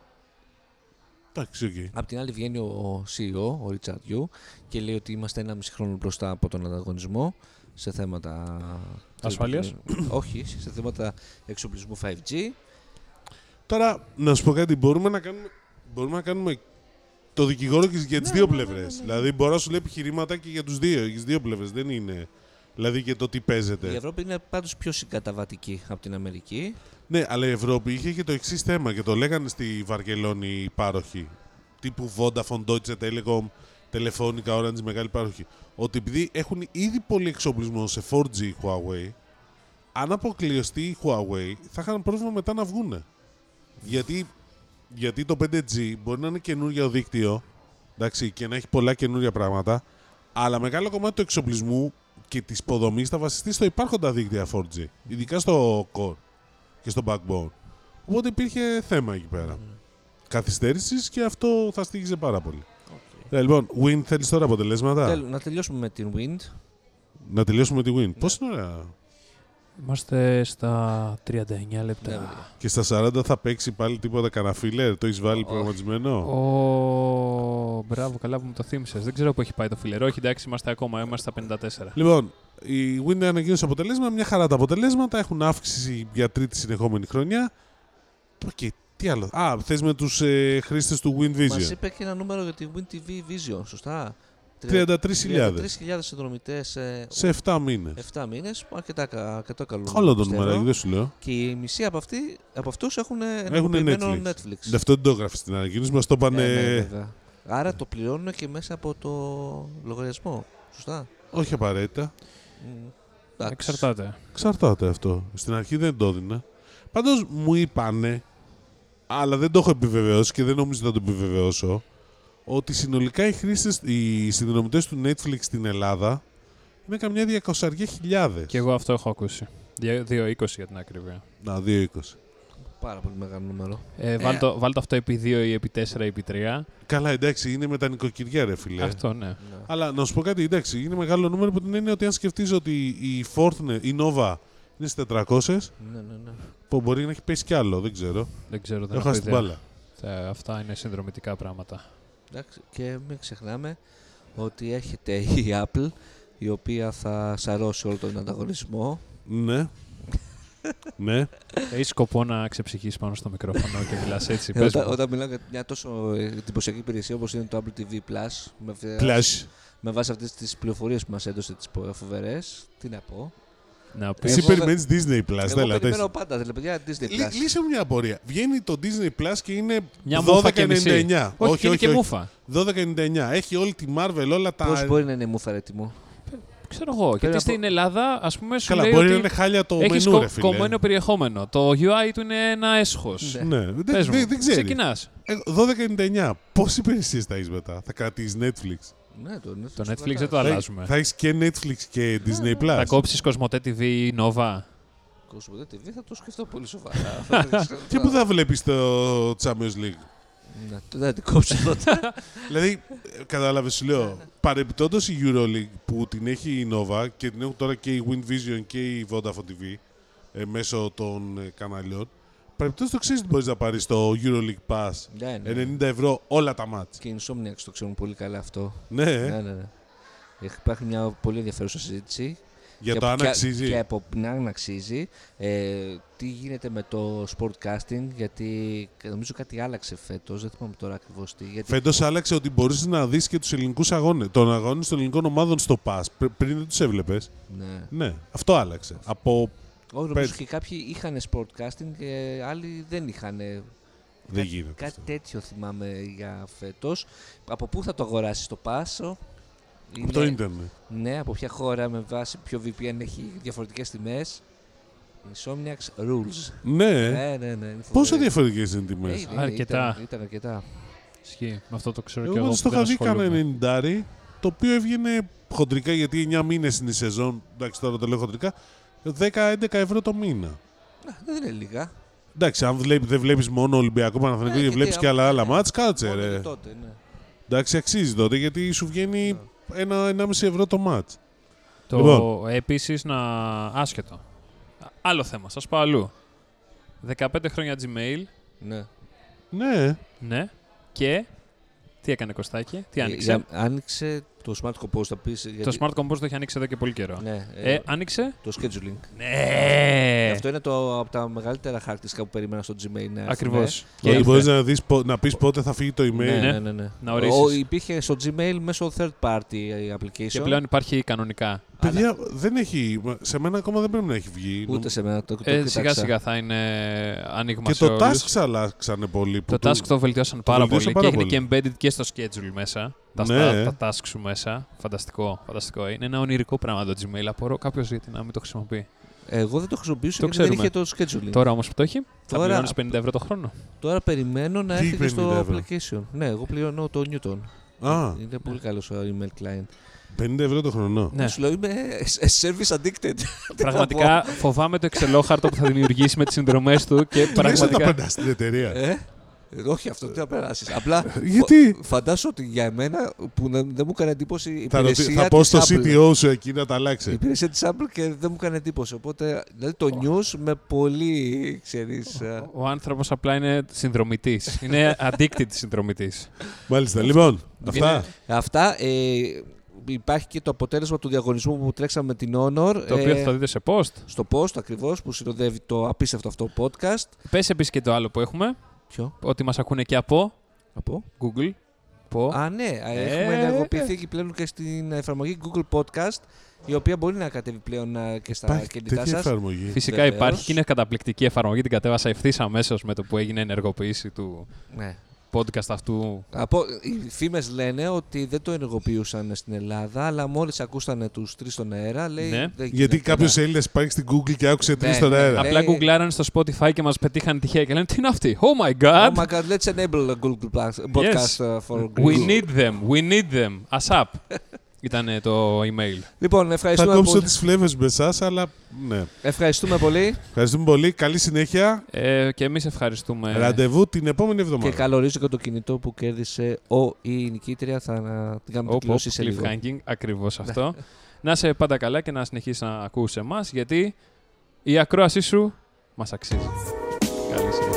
Εντάξει, οκ.
Απ' την άλλη βγαίνει ο CEO, ο Richard Yu, και λέει ότι είμαστε ένα μισή χρόνο μπροστά από τον ανταγωνισμό σε θέματα...
Ασφάλειας.
Όχι, σε θέματα εξοπλισμού 5G.
Τώρα, να σου πω κάτι, μπορούμε να κάνουμε, μπορούμε να κάνουμε το δικηγόρο και για τις δύο πλευρέ. Δηλαδή, μπορώ να σου λέω επιχειρήματα και για τους δύο, για τις δύο πλευρές. Δεν είναι. Δηλαδή και το τι παίζεται.
Η Ευρώπη είναι πάντως πιο συγκαταβατική από την Αμερική.
Ναι, αλλά η Ευρώπη είχε και το εξής θέμα και το λέγανε στη Βαρκελόνη οι πάροχοι. Τύπου Vodafone, Deutsche Telekom, Telefonica, Orange, μεγάλη πάροχη. Ότι επειδή έχουν ήδη πολύ εξοπλισμό σε 4G η Huawei, αν αποκλειωστεί η Huawei, θα είχαν πρόβλημα μετά να βγούνε. Γιατί, γιατί το 5G μπορεί να είναι καινούριο δίκτυο εντάξει, και να έχει πολλά καινούρια πράγματα, αλλά μεγάλο κομμάτι του εξοπλισμού και της υποδομής θα βασιστεί στο υπάρχοντα δίκτυα 4G, ειδικά στο core και στο backbone. Οπότε υπήρχε θέμα εκεί πέρα. Καθυστέρησης και αυτό θα στήχιζε πάρα πολύ. Ε, λοιπόν, Win, θέλεις τώρα αποτελέσματα.
Τέλος, να τελειώσουμε με την Wind.
Να τελειώσουμε τη Win. Πόση ώρα.
Είμαστε στα 39
Ναι,
λεπτά.
βέβαια.
Και στα 40 θα παίξει πάλι τίποτα καναφίλερ. Το έχεις βάλει
Όχι.
προγραμματισμένο.
Ω, μπράβο, καλά που μου το θύμισες. Δεν ξέρω που έχει πάει το φιλερό. Όχι, εντάξει, είμαστε ακόμα. Είμαστε στα 54.
Λοιπόν, η Win ανακοίνωσε αποτελέσμα. Μια χαρά τα αποτελέσματα. Έχουν αύξηση για τρίτη συνεχόμενη χρονιά. Και τι άλλο. Α, θες με τους ε, χρήστες του Win Vision.
Μας είπε και ένα νούμερο για τη Wind TV Vision, σωστά.
33.000
33.000 συνδρομητέ σε
σε 7 μήνε.
7 μήνες. Αρκετά, κα- αρκετά καλό.
Καλό το
πιστεύω.
νούμερο, δεν σου λέω.
Και η μισή από, αυτοί, από αυτούς έχουν
Έχουν
ενεργοποιημένο
Netflix.
Netflix.
Δε Αυτό δεν το έγραφε στην ανακοίνωση, μας το είπανε.
Ε, ναι, βέβαια. Άρα το πληρώνουν και μέσα από το λογαριασμό. Σωστά.
όχι απαραίτητα.
Μμ, εντάξει.
Εξαρτάται.
Εξαρτάται αυτό. Στην αρχή δεν το έδινα. Πάντως μου είπανε, αλλά δεν το έχω επιβεβαιώσει και δεν νομίζω να το επιβεβαιώσω, ότι συνολικά οι χρήστες, οι συνδρομητές του Netflix στην Ελλάδα είναι καμιά διακοσαριά χιλιάδες.
Και εγώ αυτό έχω ακούσει. 2,20 για την ακρίβεια.
Να, 2,20.
Πάρα πολύ μεγάλο νούμερο.
Ε, βάλτε, βάλτε αυτό επί 2 ή επί 4 ή επί 3.
Καλά, εντάξει, είναι με τα νοικοκυριά, ρε φίλε.
Αυτό ναι.
Ναι.
Αλλά να σου πω κάτι, εντάξει, είναι μεγάλο νούμερο που την έννοια ότι αν σκεφτείς ότι η Fortnite, η Nova είναι στι 400,
Ναι, ναι, ναι.
που μπορεί να έχει πέσει κι άλλο, δεν ξέρω.
Δεν ξέρω. Δεν
Έχω χάσει την
ιδέα.
μπάλα.
Ε, αυτά είναι συνδρομητικά πράγματα.
Εντάξει, και μην ξεχνάμε ότι έρχεται η Apple η οποία θα σαρώσει όλο τον ανταγωνισμό.
Ναι. ναι.
Έχει σκοπό να ξεψυχείς πάνω στο μικρόφωνο και μιλάς έτσι.
Ε,
Πες
όταν,
μου.
όταν μιλάω για μια τόσο ε, εντυπωσιακή υπηρεσία όπως είναι το Apple TV Plus με, βε-
Πλάσι.
με βάση αυτές τις πληροφορίες που μας έδωσε τις πο- φοβερές, τι να πω.
Να πεις.
Εσύ
Εγώ δεν-
περιμένεις Disney Plus.
Εγώ
Τέλα,
περιμένω πάντα, δηλαδή παιδιά Disney Plus.
Λύσε μου μια απορία. Βγαίνει το Disney Plus και είναι
Μια μούφα και μισή.
12,99.
Όχι,
Όχι,
είναι
όχι,
και
όχι.
μούφα.
12,99. Έχει όλη τη Marvel, όλα τα.
Πώς μπορεί να είναι μου φαρέτη μου.
Ξέρω εγώ. Γιατί
από-
στην Ελλάδα, ας πούμε, σου
Καλά,
λέει
μπορεί να
ότι
είναι χάλια το
έχεις
μενού, ρε φίλε.
κομμένο περιεχόμενο. Το UI του είναι ένα έσχος.
Ναι, δεν- δεν, δεν ξέρεις.
Ξεκινάς.
Ε, 12,99. Πόσε υπηρεσίες θα έχεις μετά, θα κρατήσεις Netflix.
Ναι, το Netflix,
Το
το
Netflix δεν
κρατάω.
το αλλάζουμε. Ε,
Θα έχεις και Netflix και Disney Plus.
Θα κόψεις Κοσμοτέ TV ή Nova.
Κοσμοτέ TV θα το σκεφτώ πολύ σοβαρά. Θα-
Και πού θα βλέπεις το Champions League.
Ναι, το- δεν την κόψω τότε.
Δηλαδή, κατάλαβες, σου λέω. Παρεμπιπτόντως η Euroleague που την έχει η Nova και την έχουν τώρα και η Wind Vision και η Vodafone TV ε, μέσω των ε, καναλιών. Παρεμπιπτόντω το ξέρεις ότι μπορείς να πάρεις το Euroleague Pass
Ναι, ναι.
90 ευρώ όλα τα μάτς.
Και οι Insomniacs το ξέρουν πολύ καλά αυτό.
Ναι, ε,
Ναι, ναι, ναι. Έχ- Υπάρχει μια πολύ ενδιαφέρουσα συζήτηση.
για
Και
το
απο-
αν
και-
αξίζει.
Και από να αν αξίζει. Ε, τι γίνεται με το sportcasting, γιατί νομίζω κάτι άλλαξε φέτος. Δεν θυμάμαι τώρα ακριβώς τι. Γιατί
Φέτος άλλαξε ότι μπορείς να δεις και τους ελληνικούς αγώνες. Τον αγώνε των ελληνικών ομάδων στο Pass. Πρι- πριν δεν τους έβλεπες.
ναι.
Ναι, αυτό άλλαξε. Από.
Όχι, νομίζω
πες.
και κάποιοι είχαν sportcasting και άλλοι δεν είχαν.
Δεν γίνεται.
Κάτι
αυτό.
τέτοιο θυμάμαι για φέτος. Από πού θα το αγοράσεις το Πάσο.
Από το ίντερνετ.
Ναι, από ποια χώρα με βάση ποιο VPN έχει διαφορετικές τιμές. Insomniacs Rules.
Ναι.
Ναι, ναι, ναι. είναι
Πόσο
φοβερή.
διαφορετικές είναι οι τιμές.
Ε, είναι-
Αρκετά.
Ήταν, ήταν αρκετά.
Ισχύει. Με αυτό το ξέρω
Εγώ
και εγώ.
πάντως το
που δεν
είχα δει
ασχολούμαι.
κανένα 90 το οποίο έβγαινε χοντρικά γιατί 9 μήνες είναι η σεζόν. Εντάξει, τώρα το λέω χοντρικά. 10-11 ευρώ το μήνα.
Να, δεν είναι λίγα.
Εντάξει, αν βλέπει, δεν βλέπεις μόνο Ολυμπιακό Παναθηνικό
Ναι,
και
γιατί
βλέπεις και
άμα-
άλλα άλλα
ναι.
μάτς, κάτσε
Μόνο
ρε.
και τότε, ναι.
Εντάξει, αξίζει τότε γιατί σου βγαίνει ένα 1,5 ευρώ το μάτς.
Το
Λοιπόν.
επίσης να... άσχετο. Α- Άλλο θέμα, σας πάω αλλού. 15 χρόνια Gmail,
ναι.
Ναι,
ναι. Και τι έκανε Κωστάκη, τι άνοιξε.
Για- άνοιξε το Smart Compose, θα πεις, γιατί-
Το Smart Compose το έχει ανοίξει εδώ και πολύ καιρό.
Ναι, ε,
Ε, άνοιξε.
το scheduling.
Ναι.
Αυτό είναι το, από τα μεγαλύτερα χαρακτηριστικά που περίμενα στο Gmail. ναι. να έρθουνε.
Ακριβώς. ναι. Και
δηλαδή
ήρθε.
μπορεί να, δεις, πο- να πεις πότε θα φύγει το
Ναι,
email.
Ναι.
ναι, ναι, ναι.
Να ορίσεις.
Ο- υπήρχε στο Gmail μέσω third party application.
Και πλέον υπάρχει κανονικά.
Παιδιά, δεν έχει. Σε μένα ακόμα δεν πρέπει να έχει βγει.
Ούτε σε μένα το, το
Ε,
κοίταξα.
σιγά σιγά θα είναι άνοιγμα
και
σε
το
όλους.
task αλλάξανε πολύ. που
Το
του-
task το βελτιώσαν πάρα
βελτίωσαν
πολύ
πάρα
και είναι και embedded και στο schedule μέσα. Τα,
Ναι.
τα, τα task σου μέσα. Φανταστικό, φανταστικό. Είναι ένα ονειρικό πράγμα το Gmail. Απορώ κάποιος γιατί να μην το χρησιμοποιεί.
Εγώ δεν το χρησιμοποιούσα
Το
γιατί δεν είχε
ξέρουμε.
το scheduling.
Τώρα όμως που το έχει, θα
Ε. Τώρα-
πληρώνεις 50 ευρώ το χρόνο.
Τώρα περιμένω να
Τι
έρθει και στο
50 ευρώ?
application. Ναι, εγώ πληρώνω το Newton.
Α,
Είναι πολύ καλός ο email client.
50 ευρώ το χρονό.
Ναι.
Σου λέω είμαι ε, service addicted.
Πραγματικά φοβάμαι το εξελόχαρτο που θα δημιουργήσει με τις συνδρομές του και
Τουλάχιστον τα
πραγματικά.
πεντά στην εταιρεία.
Ε, ε, όχι αυτό, τι θα περάσεις. Απλά
Γιατί?
φα- φαντάσου ότι για εμένα που να- δεν μου έκανε εντύπωση η
Θα, ρωτή,
υπηρεσία.
θα πω
της
στο
Apple.
CTO σου εκεί να τα
Η
αλλάξει.
υπηρεσία της Apple και δεν μου έκανε εντύπωση. Οπότε δηλαδή το news με πολύ ε, ξέρεις.
Ο άνθρωπος απλά είναι συνδρομητής. είναι addicted συνδρομητής.
Μάλιστα. Λοιπόν, αυτά.
Αυτά. ε, υπάρχει και το αποτέλεσμα του διαγωνισμού που τρέξαμε με την Honor. ε,
το οποίο θα το δείτε σε post.
στο post ακριβώς που συνοδεύει το απίστευτο αυτό podcast.
Πες επίσης και το άλλο που έχουμε,
Ποιο?
ότι μας ακούνε και από
Από.
Google. Που πω.
Α, ναι.
Ε.
Έχουμε ενεργοποιηθεί και πλέον και στην εφαρμογή Google Podcast, η οποία μπορεί να κατέβει πλέον α, και στα
Υπάρχει
κινητά
τέτοια
σας.
εφαρμογή.
Φυσικά
βεβαίως.
υπάρχει και είναι καταπληκτική εφαρμογή. Την κατέβασα ευθύς αμέσως με το που έγινε η ενεργοποίηση του
Ναι.
podcast αυτού.
Από, οι φήμες λένε ότι δεν το ενεργοποιούσαν στην Ελλάδα, αλλά μόλις ακούσανε τους τρεις στον αέρα, λέει.
Ναι.
«Δεν
Γιατί
γίνεται
κάποιο
να-
Έλληνας πάει στην Google και άκουσε τρεις
Ναι,
στον
ναι,
αέρα.
ναι.
Απλά
Λέει-
γκουγκλάραν στο Spotify και μας πετύχαν τυχαία και λένε Τι είναι αυτή. Oh my god!
Oh my god, let's enable a Google Plus-
Yes.
Podcast uh, for
We
Greece.
need them. We need them. As up. Ήταν το email.
Λοιπόν,
Θα
ευχαριστούμε,
κόψω
πολύ.
τις φλέβες με εσάς, αλλά ναι.
ευχαριστούμε πολύ
Ευχαριστούμε πολύ. Καλή συνέχεια.
Ε, και εμείς ευχαριστούμε.
Ραντεβού την επόμενη
Ναι. και
εβδομάδα.
καλωρίζω και το κινητό που κέρδισε ο ή η νικήτρια. Θα να- την κάνουμε
Οπ,
την
οπ,
κλήρωση σε λίγο. Ναι.
cliffhanging, ακριβώ αυτό. να είσαι πάντα καλά και να συνεχίσεις να ακούσει εμάς, γιατί η ακρόασή σου μας αξίζει. Καλή συνέχεια.